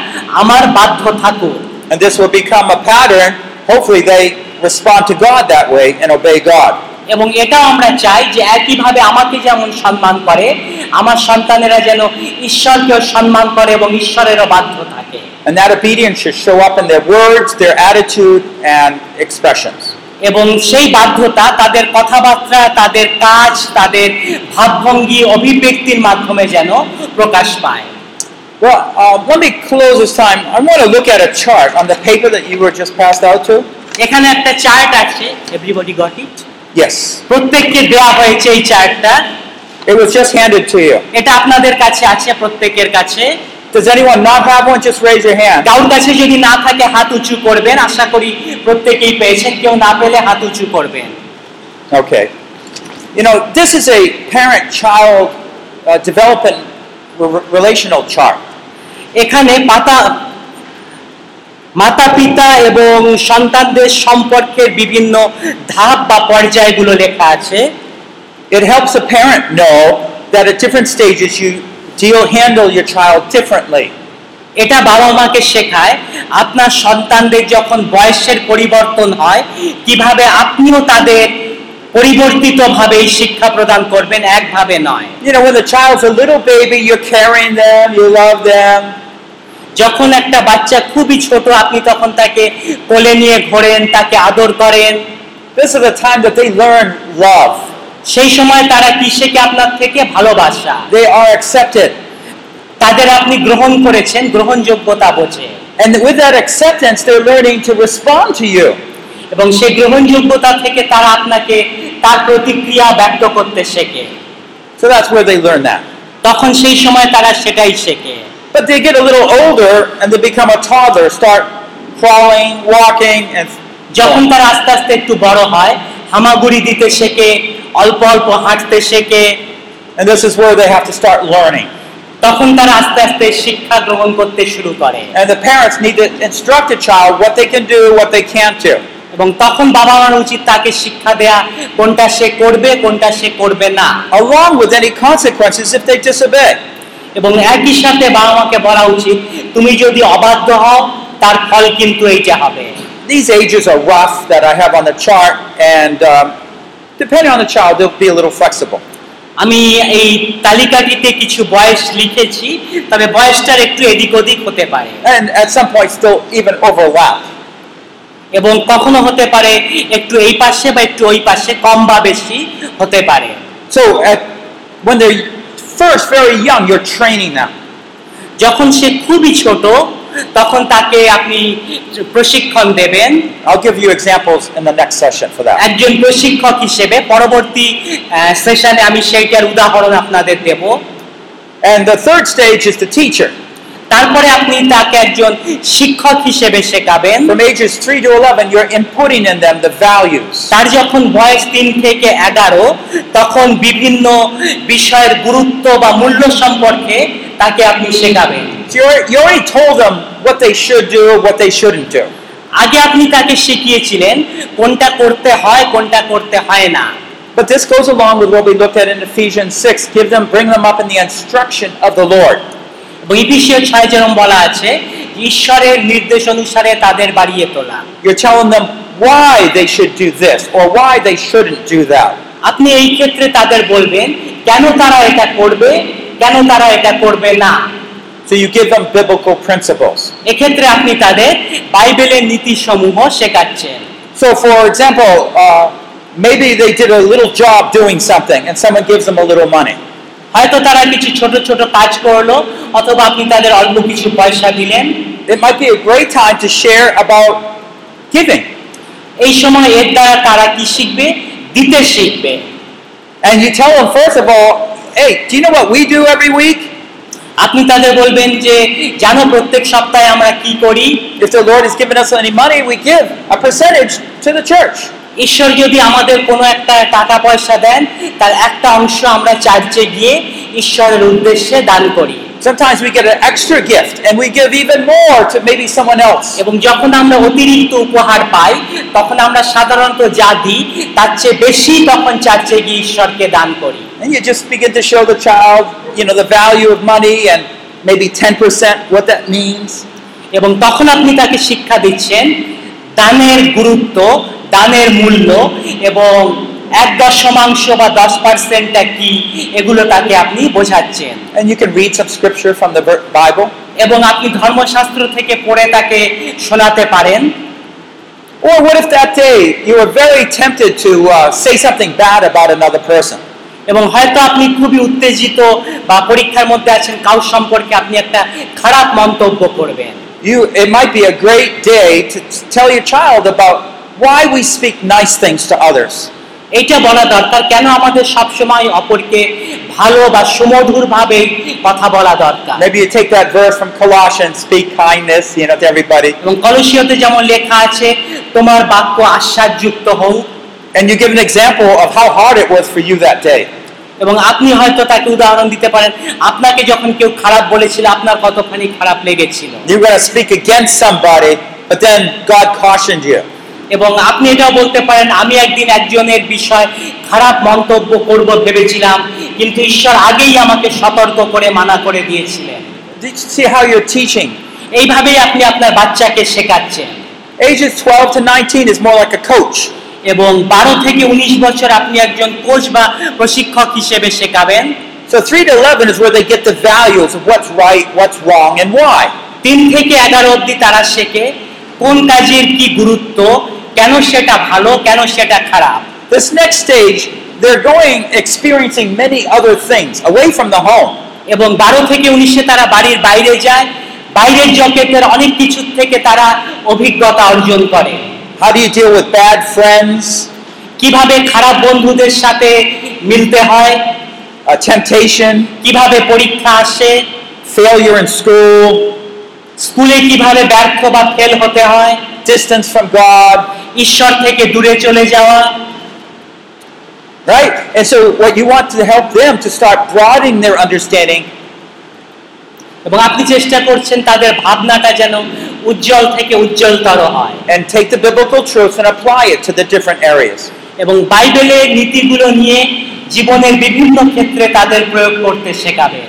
Speaker 3: আমার বাধ্য থাকুক
Speaker 4: And this will become a pattern. Hopefully, they respond to God that way and obey God.
Speaker 3: এবং এটাও আমরা চাই যে একইভাবে আমাকে যেমন সম্মান করে আমার সন্তানেরা যেন ঈশ্বরকেও সম্মান করে এবং ঈশ্বরেরও বাধ্য থাকে
Speaker 4: And that obedience should show up in their words, their attitude, and expressions.
Speaker 3: এবং সেই বাধ্যতা তাদের কথাবার্তা তাদের কাজ তাদের ভাবভঙ্গি অভিব্যক্তির মাধ্যমে যেন প্রকাশ পায়
Speaker 4: Well, uh, let me close this time. I want to look at a chart on the paper that you were just passed out to.
Speaker 3: এখানে একটা চার্ট আছে এভরিবডি গট ইট
Speaker 4: Yes,
Speaker 3: প্রত্যেককে দেওয়া হয়েছে এই চার্টটা
Speaker 4: it was just handed to you.
Speaker 3: এটা আপনাদের কাছে আছে প্রত্যেকের কাছে
Speaker 4: Does anyone not have one? Just raise your hand.
Speaker 3: কারোর কাছে যদি না থাকে হাত উঁচু করবেন আশা করি প্রত্যেকেই পেয়েছেন কেউ না পেলে হাত উঁচু করবেন
Speaker 4: Okay. You know, this is a parent child uh, development re- relational chart.
Speaker 3: এখানে পাতা মাতা পিতা এবং সন্তানদের সম্পর্কের বিভিন্ন ধাপ বা পর্যায়গুলো লেখা আছে
Speaker 4: It helps a parent know that at different stages you deal handle your child differently.
Speaker 3: এটা বাবা মাকে শেখায় আপনার সন্তানদের যখন বয়সের পরিবর্তন হয় কিভাবে আপনিও তাদের পরিবর্তিতভাবেই শিক্ষা প্রদান করবেন একভাবে নয়
Speaker 4: You know, when the child's a little baby, you're carrying them, you love them.
Speaker 3: যখন একটা বাচ্চা খুবই ছোট আপনি তখন তাকে কোলে নিয়ে ঘোরেন তাকে আদর করেন
Speaker 4: This is the time that they learn love.
Speaker 3: সেই সময় তারা কি শেখে আপনার থেকে ভালোবাসা
Speaker 4: They are accepted.
Speaker 3: তাদের আপনি গ্রহণ করেছেন গ্রহণযোগ্যতা বোঝে
Speaker 4: And with that acceptance, they're learning to respond to you.
Speaker 3: এবং সেই গ্রহণযোগ্যতা থেকে তারা আপনাকে তার প্রতিক্রিয়া ব্যক্ত করতে শেখে
Speaker 4: So that's where they learn that.
Speaker 3: তখন সেই সময় তারা সেটাই শেখে
Speaker 4: But they get a little older and they become a toddler, start crawling, walking, and
Speaker 3: যখন তারা আস্তে আস্তে একটু বড় হয় হামাগুড়ি দিতে শেখে অল্প অল্প হাঁটতে শেখে
Speaker 4: and this is where they have to start learning.
Speaker 3: তখন তারা আস্তে আস্তে শিক্ষা গ্রহণ করতে শুরু করে
Speaker 4: And the parents need to instruct the child what they can do, what they can't do.
Speaker 3: এবং তখন বাবা মার উচিত তাকে শিক্ষা দেয়া কোনটা সে করবে কোনটা সে করবে না
Speaker 4: Along with any consequences if they disobey.
Speaker 3: এবং একই সাথে বাবা মাকে বলা উচিত তুমি যদি অবাধ্য হও তার ফল কিন্তু এইটা হবে
Speaker 4: These ages are rough that I have on the chart, and um, depending on the child, they'll be a little flexible.
Speaker 3: আমি এই তালিকাটিতে কিছু বয়স লিখেছি তবে বয়সটার একটু এদিক ওদিক হতে পারে
Speaker 4: And at some point, still even overlap.
Speaker 3: এবং কখনো হতে পারে একটু এই পাশে বা একটু ওই পাশে কম বা বেশি হতে পারে
Speaker 4: So at, when they're first very young, you're training them.
Speaker 3: যখন সে খুবই ছোট তখন তাকে আপনি প্রশিক্ষণ দেবেন
Speaker 4: I'll give you examples in the next session for that.
Speaker 3: একজন প্রশিক্ষক হিসেবে পরবর্তী সেশনে আমি সেইটার উদাহরণ আপনাদের দেব
Speaker 4: And the third stage is the teacher.
Speaker 3: তারপরে আপনি তাকে একজন শিক্ষক হিসেবে শেখাবেন
Speaker 4: From ages 3 to 11, you're inputting in them the values.
Speaker 3: তার যখন বয়স তিন থেকে এগারো তখন বিভিন্ন বিষয়ের গুরুত্ব বা মূল্য সম্পর্কে তাকে আপনি শেখাবেন
Speaker 4: So you're, you already told them what they should do, what they shouldn't do.
Speaker 3: আগে আপনি তাকে শিখিয়েছিলেন কোনটা করতে হয় কোনটা করতে হয় না
Speaker 4: But this goes along with what we looked at in Ephesians 6. Give them, bring them up in the instruction of the Lord.
Speaker 3: এবং ইপিসীয় ছয় যেরম বলা আছে ঈশ্বরের নির্দেশ অনুসারে তাদের বাড়িয়ে তোলা
Speaker 4: You're telling them why they should do this or why they shouldn't do that.
Speaker 3: আপনি এই ক্ষেত্রে তাদের বলবেন কেন তারা এটা করবে কেন তারা এটা করবে না
Speaker 4: So you give them biblical principles.
Speaker 3: এক্ষেত্রে আপনি তাদের বাইবেলের নীতিসমূহ শেখাচ্ছেন
Speaker 4: So, for example, uh, maybe they did a little job doing something and someone gives them a little money.
Speaker 3: হয়তো তারা কিছু ছোট ছোট কাজ করলো অথবা আপনি তাদের অল্প কিছু পয়সা দিলেন
Speaker 4: It might be a great time to share about giving.
Speaker 3: এই সময় এর দ্বারা তারা কি শিখবে দিতে শিখবে
Speaker 4: And you tell them, first of all, hey, do you know what we do every week?
Speaker 3: আপনি তাদের বলবেন যে জানো প্রত্যেক সপ্তাহে আমরা কি করি
Speaker 4: If the Lord has given us any money, we give a percentage to the church.
Speaker 3: ঈশ্বর যদি আমাদের কোনো একটা টাকা পয়সা দেন তার একটা অংশ আমরা চার্চে গিয়ে ঈশ্বরের উদ্দেশ্যে দান করি
Speaker 4: Sometimes we get an extra gift and we give even more to maybe someone else.
Speaker 3: এবং যখন আমরা অতিরিক্ত উপহার পাই তখন আমরা সাধারণত যা দিই তার চেয়ে বেশি তখন চার্চে গিয়ে ঈশ্বরকে দান করি
Speaker 4: And you just begin to show the child, you know, the value of money and maybe 10% what that means.
Speaker 3: এবং তখন আপনি তাকে শিক্ষা দিচ্ছেন দানের গুরুত্ব দানের মূল্য এবং এক দশমাংশ বা দশ পার্সেন্টটা কি এগুলো তাকে আপনি বোঝাচ্ছেন
Speaker 4: And you can read some scripture from the ver- Bible.
Speaker 3: এবং আপনি ধর্মশাস্ত্র থেকে পড়ে তাকে শোনাতে পারেন
Speaker 4: Or what if that day you were very tempted to uh, say something bad about another person?
Speaker 3: এবং হয়তো আপনি খুবই উত্তেজিত বা পরীক্ষার মধ্যে আছেন কাউ সম্পর্কে আপনি একটা খারাপ মন্তব্য করবেন
Speaker 4: You, it might be a great day to t- tell your child about why we speak nice things to others.
Speaker 3: এটা বলা দরকার কেন আমাদের সবসময় অপরকে ভালো বা সুমধুর ভাবে কথা বলা দরকার
Speaker 4: Maybe you take that verse from Colossians, speak kindness, you know, to everybody,
Speaker 3: এবং কলসীয়তে যেমন লেখা আছে তোমার বাক্য আশ্বাসযুক্ত হোক
Speaker 4: and you give an example of how hard it was for you that day.
Speaker 3: এবং আপনি হয়তো তাকে উদাহরণ দিতে পারেন আপনাকে যখন কেউ খারাপ বলেছিল আপনার কতখানি খারাপ লেগেছিল
Speaker 4: You were going to speak against somebody, but then God cautioned you.
Speaker 3: এবং আপনি এটাও বলতে পারেন আমি একদিন একজনের বিষয় খারাপ মন্তব্য করব ভেবেছিলাম কিন্তু ঈশ্বর আগেই আমাকে সতর্ক করে মানা করে দিয়েছিলেন
Speaker 4: Did you see how you're teaching?
Speaker 3: এইভাবেই আপনি আপনার বাচ্চাকে শেখাচ্ছেন
Speaker 4: Ages 12 to 19 is more like a coach.
Speaker 3: এবং বারো থেকে উনিশ বছর আপনি একজন কোচ বা প্রশিক্ষক হিসেবে শেখাবেন
Speaker 4: So 3 to 11 is where they get the values of what's right, what's wrong, and why.
Speaker 3: তিন থেকে এগারো অবধি তারা শেখে কোন কাজের কি গুরুত্ব কেন সেটা ভালো কেন সেটা খারাপ
Speaker 4: This next stage, they're going experiencing many other things away from the home.
Speaker 3: এবং বারো থেকে উনিশে তারা বাড়ির বাইরে যায় বাইরের জগতের অনেক কিছু থেকে তারা অভিজ্ঞতা অর্জন করে
Speaker 4: How do you deal with bad friends,
Speaker 3: কিভাবে খারাপ বন্ধুদের সাথে মিলতে হয়
Speaker 4: uh, temptation,
Speaker 3: কিভাবে পরীক্ষা আসে
Speaker 4: failure in school,
Speaker 3: স্কুলে কিভাবে ব্যর্থ বা ফেল হতে হয়
Speaker 4: distance from God,
Speaker 3: ঈশ্বর থেকে দূরে চলে যাওয়া
Speaker 4: right? And so, what you want to help them to start broadening their understanding
Speaker 3: এবং আপনি চেষ্টা করছেন তাদের ভাবনাটা যেন উজ্জ্বল থেকে উজ্জ্বলতর হয়
Speaker 4: and take the biblical truths and apply it to the different areas.
Speaker 3: এবং বাইবেলের নীতিগুলো নিয়ে জীবনের বিভিন্ন ক্ষেত্রে তাদের প্রয়োগ করতে শেখাবে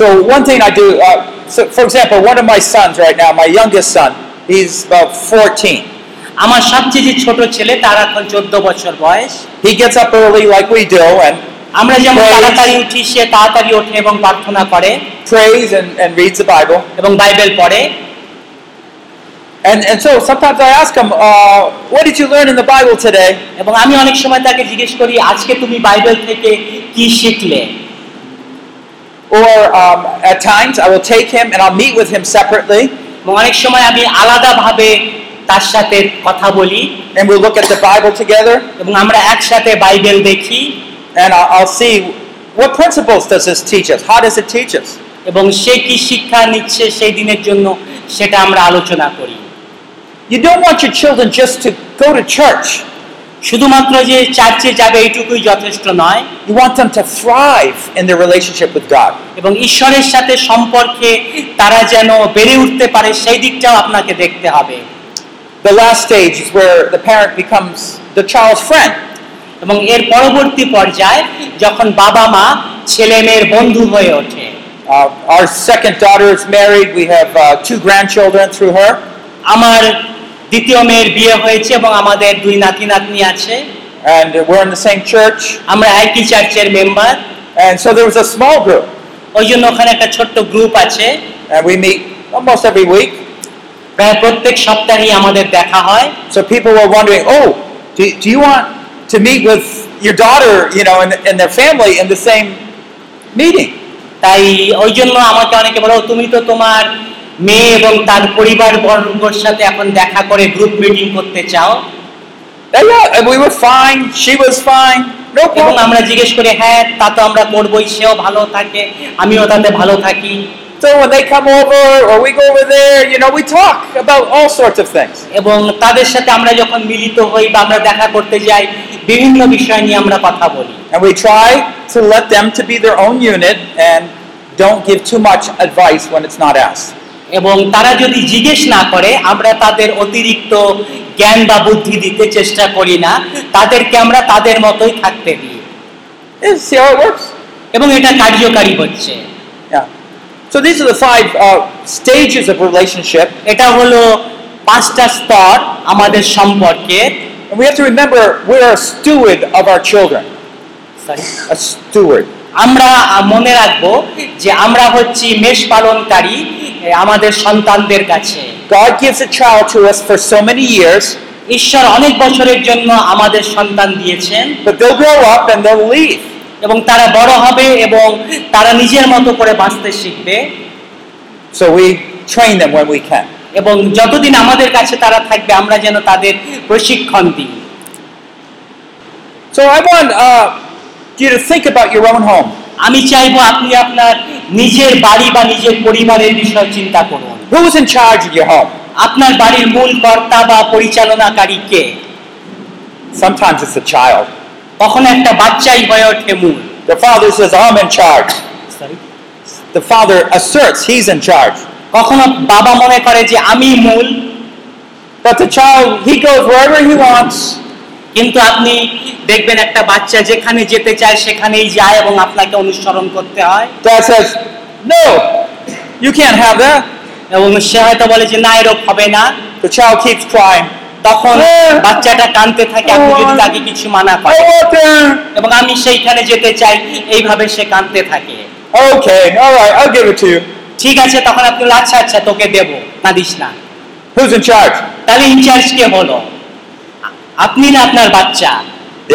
Speaker 4: So one thing I do, uh, so for example, one of my sons right now, my youngest son, he's about 14.
Speaker 3: আমার সবচেয়ে যে ছোট ছেলে তার এখন চোদ্দ বছর বয়স
Speaker 4: He gets up early like we do and
Speaker 3: আমরা যেমন
Speaker 4: Praise.
Speaker 3: তাড়াতাড়ি উঠি সে তাড়াতাড়ি ওঠে এবং প্রার্থনা করে
Speaker 4: prays and, and reads the Bible.
Speaker 3: এবং বাইবেল পড়ে
Speaker 4: And, and so sometimes I ask him, uh, what did you learn in the Bible today?
Speaker 3: এবং আমি অনেক সময় তাকে জিজ্ঞেস করি আজকে তুমি বাইবেল থেকে কি শিখলে
Speaker 4: Or um, at times I will take him and I'll meet with him separately
Speaker 3: এবং অনেক সময় আমি আলাদাভাবে তার সাথে কথা বলি
Speaker 4: and we'll look at the Bible together
Speaker 3: এবং আমরা একসাথে বাইবেল দেখি
Speaker 4: and I'll, I'll see what principles does this teach us? How does it teach us?
Speaker 3: এবং সে কি শিক্ষা নিচ্ছে সেই দিনের জন্য সেটা আমরা আলোচনা করি
Speaker 4: You don't want your children just to go to church.
Speaker 3: শুধুমাত্র যে চার্চে যাবে এইটুকুই যথেষ্ট নয়
Speaker 4: You want them to thrive in their relationship with God.
Speaker 3: এবং ঈশ্বরের সাথে সম্পর্কে তারা যেন বেড়ে উঠতে পারে সেই দিকটাও আপনাকে দেখতে হবে
Speaker 4: The last stage is where the parent becomes the child's friend.
Speaker 3: এবং এর পরবর্তী পর্যায়ে যখন বাবা মা ছেলে মেয়ের বন্ধু হয়ে ওঠে
Speaker 4: Uh, our second daughter is married. We have uh, two grandchildren through her,
Speaker 3: আমার দ্বিতীয় মেয়ের বিয়ে হয়েছে এবং আমাদের দুই নাতি নাতনি আছে
Speaker 4: and we're in the same church.
Speaker 3: আমরা একই চার্চের member
Speaker 4: And so there was a small group,
Speaker 3: ওই জন্য ওখানে একটা ছোট্ট গ্রুপ আছে
Speaker 4: and we meet almost every week.
Speaker 3: প্রায় প্রত্যেক সপ্তাহেই আমাদের দেখা হয়
Speaker 4: So people were wondering, oh, do, do you want to meet with your daughter, you know, and, and their family in the same meeting?
Speaker 3: তাই ওই জন্য আমাকে অনেকে বলো তুমি তো তোমার মেয়ে এবং তার পরিবার বর্গর সাথে এখন দেখা করে গ্রুপ মিটিং করতে চাও
Speaker 4: And Oh, yeah, and we were fine. She was fine. No
Speaker 3: এবং
Speaker 4: problem.
Speaker 3: আমরা জিজ্ঞেস করি হ্যাঁ তা তো আমরা করবোই সেও ভালো থাকে আমিও তাতে ভালো থাকি
Speaker 4: So when they come over or we go over there, you know, we talk about all sorts of things.
Speaker 3: এবং তাদের সাথে আমরা যখন মিলিত হই বা আমরা দেখা করতে যাই বিভিন্ন বিষয় নিয়ে আমরা কথা বলি
Speaker 4: And we try to let them to be their own unit and don't give too much advice when it's not asked.
Speaker 3: এবং তারা যদি জিজ্ঞেস না করে আমরা তাদের অতিরিক্ত জ্ঞান বা বুদ্ধি দিতে চেষ্টা করি না তাদেরকে আমরা তাদের মতোই থাকতে দিই
Speaker 4: Yeah, see how it works?
Speaker 3: এবং এটা কার্যকারী হচ্ছে
Speaker 4: Yeah. So these are the five uh, stages of relationship.
Speaker 3: এটা হলো পাঁচটা স্তর আমাদের সম্পর্কে
Speaker 4: And we have to remember we're a steward of our children.
Speaker 3: Sorry.
Speaker 4: A steward.
Speaker 3: আমরা আহ, মনে রাখবো যে আমরা হচ্ছি মেষ পালনকারী এ, আমাদের সন্তানদের কাছে
Speaker 4: God gives a child to us for so many years,
Speaker 3: ঈশ্বর অনেক বছরের জন্য আমাদের সন্তান দিয়েছেন
Speaker 4: but they'll grow up and they'll leave.
Speaker 3: এবং তারা বড় হবে এবং তারা নিজের মতো করে বাঁচতে শিখবে
Speaker 4: So we train them when we can.
Speaker 3: এবং যতদিন আমাদের কাছে তারা থাকবে আমরা যেন তাদের প্রশিক্ষণ দিই
Speaker 4: So I want uh, you to think about your own home.
Speaker 3: আমি চাইবো আপনি আপনার নিজের বাড়ি বা নিজের পরিবারের বিষয় চিন্তা করুন
Speaker 4: Who's in charge of your home?
Speaker 3: আপনার বাড়ির মূল কর্তা বা পরিচালনাকারী কে
Speaker 4: Sometimes it's the child.
Speaker 3: কখন একটা বাচ্চাই হয়ে ওঠে মূল
Speaker 4: The father says, I'm in charge. The father asserts he's in charge.
Speaker 3: কখনো বাবা মনে করে যে আমি মূল
Speaker 4: But the child, he goes wherever he wants,
Speaker 3: কিন্তু আপনি দেখবেন একটা বাচ্চা যেখানে যেতে চায় সেখানেই যায় এবং আপনাকে অনুসরণ করতে হয়
Speaker 4: dad says, No, you can't have that.
Speaker 3: এবং সে হয়তো বলে যে না এরকম হবে না
Speaker 4: The child keeps crying.
Speaker 3: তখন
Speaker 4: হ্যাঁ।
Speaker 3: বাচ্চাটা কানতে থাকে আপনি যদি তাকে কিছু মানা
Speaker 4: Oh,
Speaker 3: করেন
Speaker 4: water.
Speaker 3: এবং আমি সেইখানে যেতে চাই এইভাবে সে কাঁদতে থাকে
Speaker 4: Okay, all right, I'll give it to you.
Speaker 3: ঠিক আছে তখন আপনি বললেন, আচ্ছা আচ্ছা তোকে দেব কাঁদিস না
Speaker 4: Who's in charge?
Speaker 3: তাহলে ইনচার্জ কে হলো আ- আপনি না আপনার বাচ্চা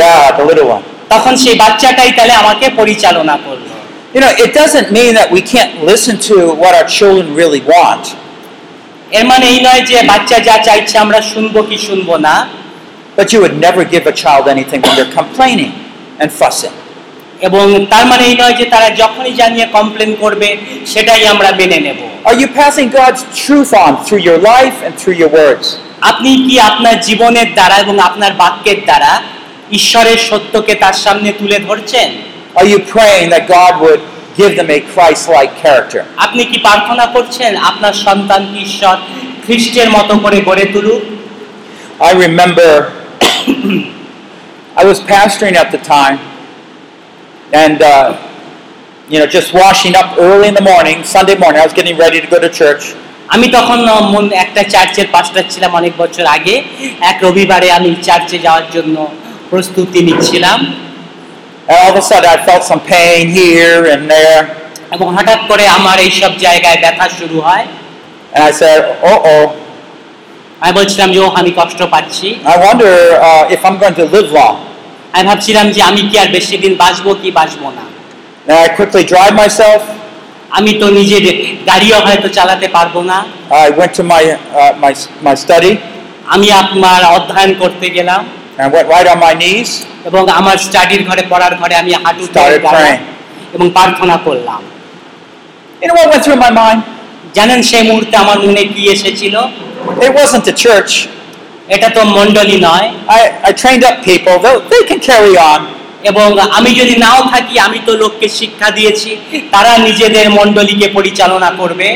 Speaker 4: Yeah, the little one.
Speaker 3: তখন সেই বাচ্চাটাই তাহলে আমাকে পরিচালনা করলো
Speaker 4: You know, it doesn't mean that we can't listen to what our children really want.
Speaker 3: এর মানে এই নয় যে বাচ্চা যা চাইছে আমরা শুনবো কি শুনবো না
Speaker 4: But you would never give a child anything when they're complaining and fussing.
Speaker 3: এবং তার মানে এই নয় যে তারা যখনই জানিয়ে কমপ্লেন করবে সেটাই আমরা মেনে নেব
Speaker 4: Are you passing God's truth on through your life and through your words?
Speaker 3: আপনি কি আপনার জীবনের দ্বারা এবং আপনার বাক্যের দ্বারা ঈশ্বরের সত্যকে তার সামনে তুলে ধরছেন
Speaker 4: Are you praying that God would give them a Christ like character?
Speaker 3: আপনি কি প্রার্থনা করছেন আপনার সন্তান ঈশ্বর খ্রিস্টের মতো করে গড়ে তুলুক
Speaker 4: I remember <coughs> I was pastoring at the time, and uh, you know, just washing up early in the morning, Sunday morning. I was getting ready to go to church,
Speaker 3: আমি তখন আহ, মন- একটা চার্চের পাস্টার ছিলাম অনেক বছর আগে এক রবিবারে আমি চার্চে যাওয়ার জন্য প্রস্তুতি নিচ্ছিলাম
Speaker 4: and all of a sudden, I felt some pain here and there,
Speaker 3: এবং হঠাৎ করে আমার এই সব জায়গায় ব্যথা শুরু হয়
Speaker 4: and I said, "Uh oh,
Speaker 3: আমি বলছিলাম যে "ওহ, আমি কষ্ট পাচ্ছি
Speaker 4: I wonder uh, if I'm going to live long."
Speaker 3: আমি ভাবছিলাম যে আমি কি আর বেশি দিন বাঁচবো কি বাঁচবো না
Speaker 4: And I quickly dried myself.
Speaker 3: আমি তো নিজের গাড়িও হয়তো চালাতে পারবো না
Speaker 4: I went to my uh, my my study
Speaker 3: আমি আপনার অধ্যয়ন করতে গেলাম
Speaker 4: and I went right on my knees.
Speaker 3: এবং আমার স্টাডির ঘরে পড়ার ঘরে আমি হাঁটু
Speaker 4: Started praying.
Speaker 3: এবং প্রার্থনা করলাম
Speaker 4: You know what went through my mind?
Speaker 3: জানেন সেই মুহূর্তে আমার মনে কি এসেছিল
Speaker 4: It wasn't the church.
Speaker 3: এটা তো মণ্ডলী নয়
Speaker 4: I, I trained up people. They, they can carry on.
Speaker 3: এবং আমি যদি নাও থাকি আমি তো লোককে শিক্ষা দিয়েছি তারা নিজেদের মণ্ডলীকে পরিচালনা করবে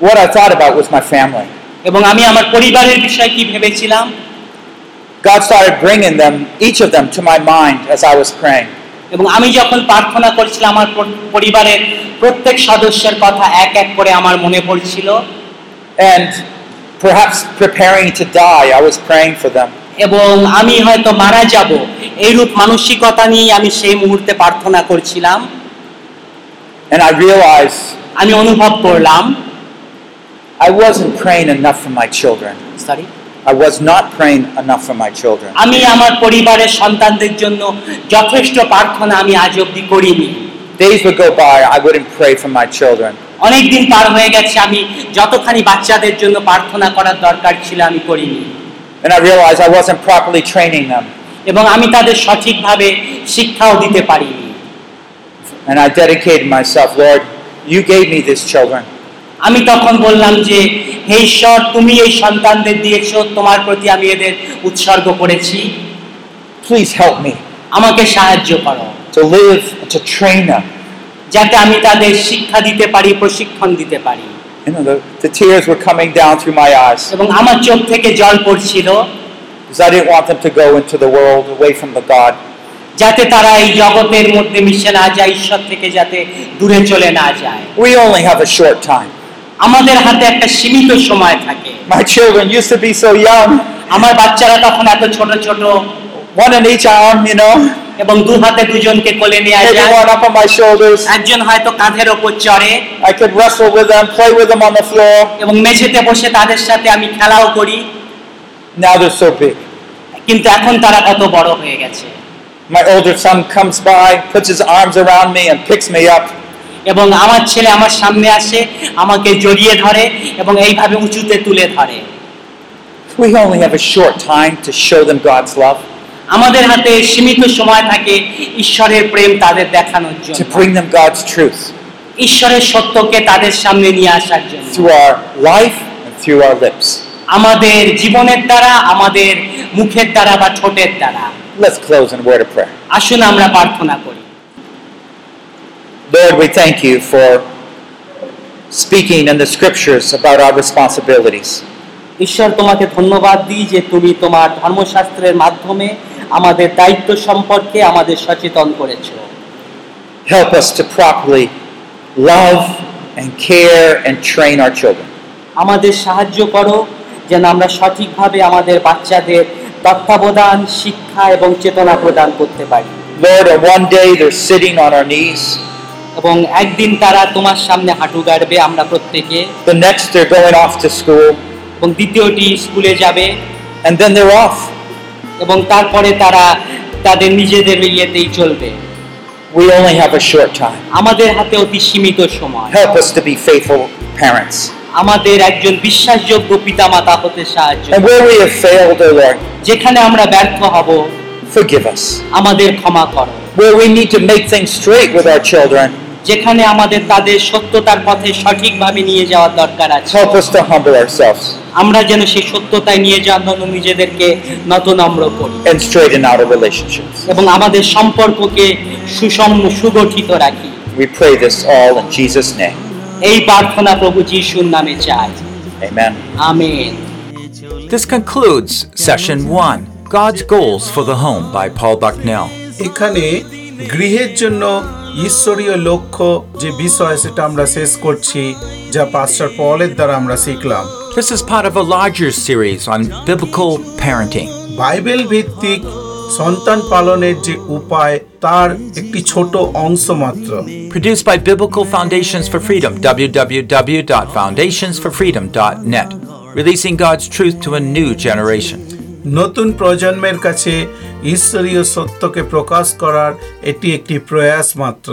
Speaker 4: What I thought about was my family.
Speaker 3: এবং আমি আমার পরিবারের বিষয়ে কি ভেবেছিলাম
Speaker 4: God started bringing them, each of them, to my mind as I was praying.
Speaker 3: এবং আমি যখন প্রার্থনা করছিলাম আমার প্র- পরিবারের প্রত্যেক সদস্যের কথা এক এক করে আমার মনে পড়ছিল
Speaker 4: And perhaps preparing to die, I was praying for them.
Speaker 3: এবং আমি হয়তো মারা যাব এইরূপ মানসিকতা নিয়ে আমি সেই মুহূর্তে প্রার্থনা করছিলাম
Speaker 4: And I realized
Speaker 3: আমি অনুভব করলাম
Speaker 4: I wasn't praying enough for my children.
Speaker 3: Sorry
Speaker 4: I was not praying enough for my children.
Speaker 3: আমি আমার পরিবারের সন্তানদের জন্য যথেষ্ট প্রার্থনা আমি আজ অব্দি করিনি
Speaker 4: Days would go by, I wouldn't pray for my children.
Speaker 3: অনেক দিন পার হয়ে গেছে আমি যতখানি বাচ্চাদের জন্য প্রার্থনা করার দরকার ছিল আমি করিনি
Speaker 4: And I realized I wasn't properly training them.
Speaker 3: এবং আমি তাদের সঠিকভাবে শিক্ষাও দিতে পারিনি
Speaker 4: And I dedicated myself, Lord, you gave me these children.
Speaker 3: আমি তখন বললাম যে হে ঈশ্বর তুমি এই সন্তানদের দিয়েছো তোমার প্রতি আমি এদের উৎসর্গ করেছি
Speaker 4: Please help me
Speaker 3: আমাকে সাহায্য করো
Speaker 4: to live and to train them.
Speaker 3: যাতে আমি তাদের শিক্ষা দিতে পারি প্রশিক্ষণ দিতে পারি
Speaker 4: You know, the, the tears were coming down through my eyes
Speaker 3: এবং আমার চোখ থেকে জল পড়ছিল
Speaker 4: because I didn't want them to go into the world away from the God.
Speaker 3: যাতে তারা এই জগতের মধ্যে মিশে না যায় ঈশ্বর থেকে যাতে দূরে চলে না যায়
Speaker 4: We only have a short time.
Speaker 3: আমাদের হাতে একটা সীমিত সময় থাকে
Speaker 4: My children used to be so young,
Speaker 3: আমার বাচ্চারা তখন এত ছোট ছোট
Speaker 4: one in each arm, you know,
Speaker 3: এবং দু হাতে দুজনকে কোলে নেওয়া যায়
Speaker 4: everyone up on my shoulders.
Speaker 3: একজন হয়তো কাঁধের ওপর চড়ে
Speaker 4: I could wrestle with them, play with them on the floor.
Speaker 3: এবং মেঝেতে বসে তাদের সাথে আমি খেলাও করি
Speaker 4: Now they're so big.
Speaker 3: কিন্তু এখন তারা কত বড় হয়ে গেছে
Speaker 4: My older son comes by, puts his arms around me, and picks me up.
Speaker 3: এবং আমার ছেলে আমার সামনে আসে আমাকে জড়িয়ে ধরে এবং এইভাবে উঁচুতে তুলে ধরে
Speaker 4: We only have a short time to show them God's love,
Speaker 3: আমাদের হাতে সীমিত সময় থাকে ঈশ্বরের প্রেম তাদের দেখানোর
Speaker 4: to
Speaker 3: জন্য
Speaker 4: bring them God's truth
Speaker 3: ঈশ্বরের সত্যকে তাদের সামনে নিয়ে আসার জন্য
Speaker 4: through our life and through our lips.
Speaker 3: আমাদের জীবনের দ্বারা আমাদের মুখের দ্বারা বা ঠোঁটের দ্বারা
Speaker 4: Let's close in a word of prayer.
Speaker 3: আসুন আমরা প্রার্থনা করি
Speaker 4: Lord, we thank you for speaking in the scriptures about our responsibilities.
Speaker 3: ঈশ্বর তোমাকে ধন্যবাদ দিই যে তুমি তোমার ধর্মশাস্ত্রের মাধ্যমে আমাদের দায়িত্ব সম্পর্কে আমাদের সচেতন করেছো
Speaker 4: Help us to properly love and care and train our children.
Speaker 3: আমাদের সাহায্য করো যেন আমরা সঠিকভাবে আমাদের বাচ্চাদের তত্ত্বাবধান শিক্ষা এবং চেতনা প্রদান করতে পারি
Speaker 4: Lord, on one day they're sitting on our knees,
Speaker 3: এবং একদিন তারা তোমার সামনে হাঁটু গাড়বে আমরা প্রত্যেকে
Speaker 4: the next they're going off to school,
Speaker 3: এবং দ্বিতীয়টি স্কুলে যাবে
Speaker 4: and then they're off.
Speaker 3: এবং তারপরে তারা তাদের নিজেদের ইয়েতেই চলবে
Speaker 4: We only have a short time.
Speaker 3: আমাদের হাতে অতি সীমিত সময়
Speaker 4: Help us to be faithful parents.
Speaker 3: আমাদের একজন বিশ্বাসযোগ্য পিতামাতা হতে সাহায্য
Speaker 4: And where we have failed, O Lord,
Speaker 3: যেখানে আমরা ব্যর্থ হব
Speaker 4: forgive us.
Speaker 3: আমাদের ক্ষমা করো
Speaker 4: Where we need to make things straight with our children,
Speaker 3: যেখানে আমাদের তাদের সত্যতার পথে সঠিকভাবে নিয়ে যাওয়ার দরকার আছে
Speaker 4: help us to humble ourselves
Speaker 3: আমরা যেন সেই সত্যতায় নিয়ে যাওয়ার জন্য নিজেদেরকে নতনম্র করি
Speaker 4: and straighten out our relationships.
Speaker 3: এবং আমাদের সম্পর্ককে সুসম সুগঠিত রাখি
Speaker 4: We pray this all in Jesus' name.
Speaker 3: এই প্রার্থনা প্রভু যিশুর নামে চাই
Speaker 4: Amen.
Speaker 3: Amen
Speaker 1: This concludes Session 1 God's Goals for the Home by Paul Bucknell.
Speaker 2: এখানে গৃহের জন্য ঈশ্বরীয় লক্ষ্য যে বিষয় সেটা আমরা শেষ করছি যা পাস্টার পলের দ্বারা আমরা শিখলাম
Speaker 1: This is part of a larger series on biblical parenting.
Speaker 2: Bible ভিত্তিক সন্তান পালনের যে উপায় তার একটি ছোট অংশ মাত্র
Speaker 1: Produced by Biblical Foundations for Freedom, www.foundationsforfreedom.net, releasing God's truth to a new generation.
Speaker 2: নতুন প্রজন্মের কাছে ঈশ্বরীয় সত্যকে প্রকাশ করার এটি একটি প্রয়াস মাত্র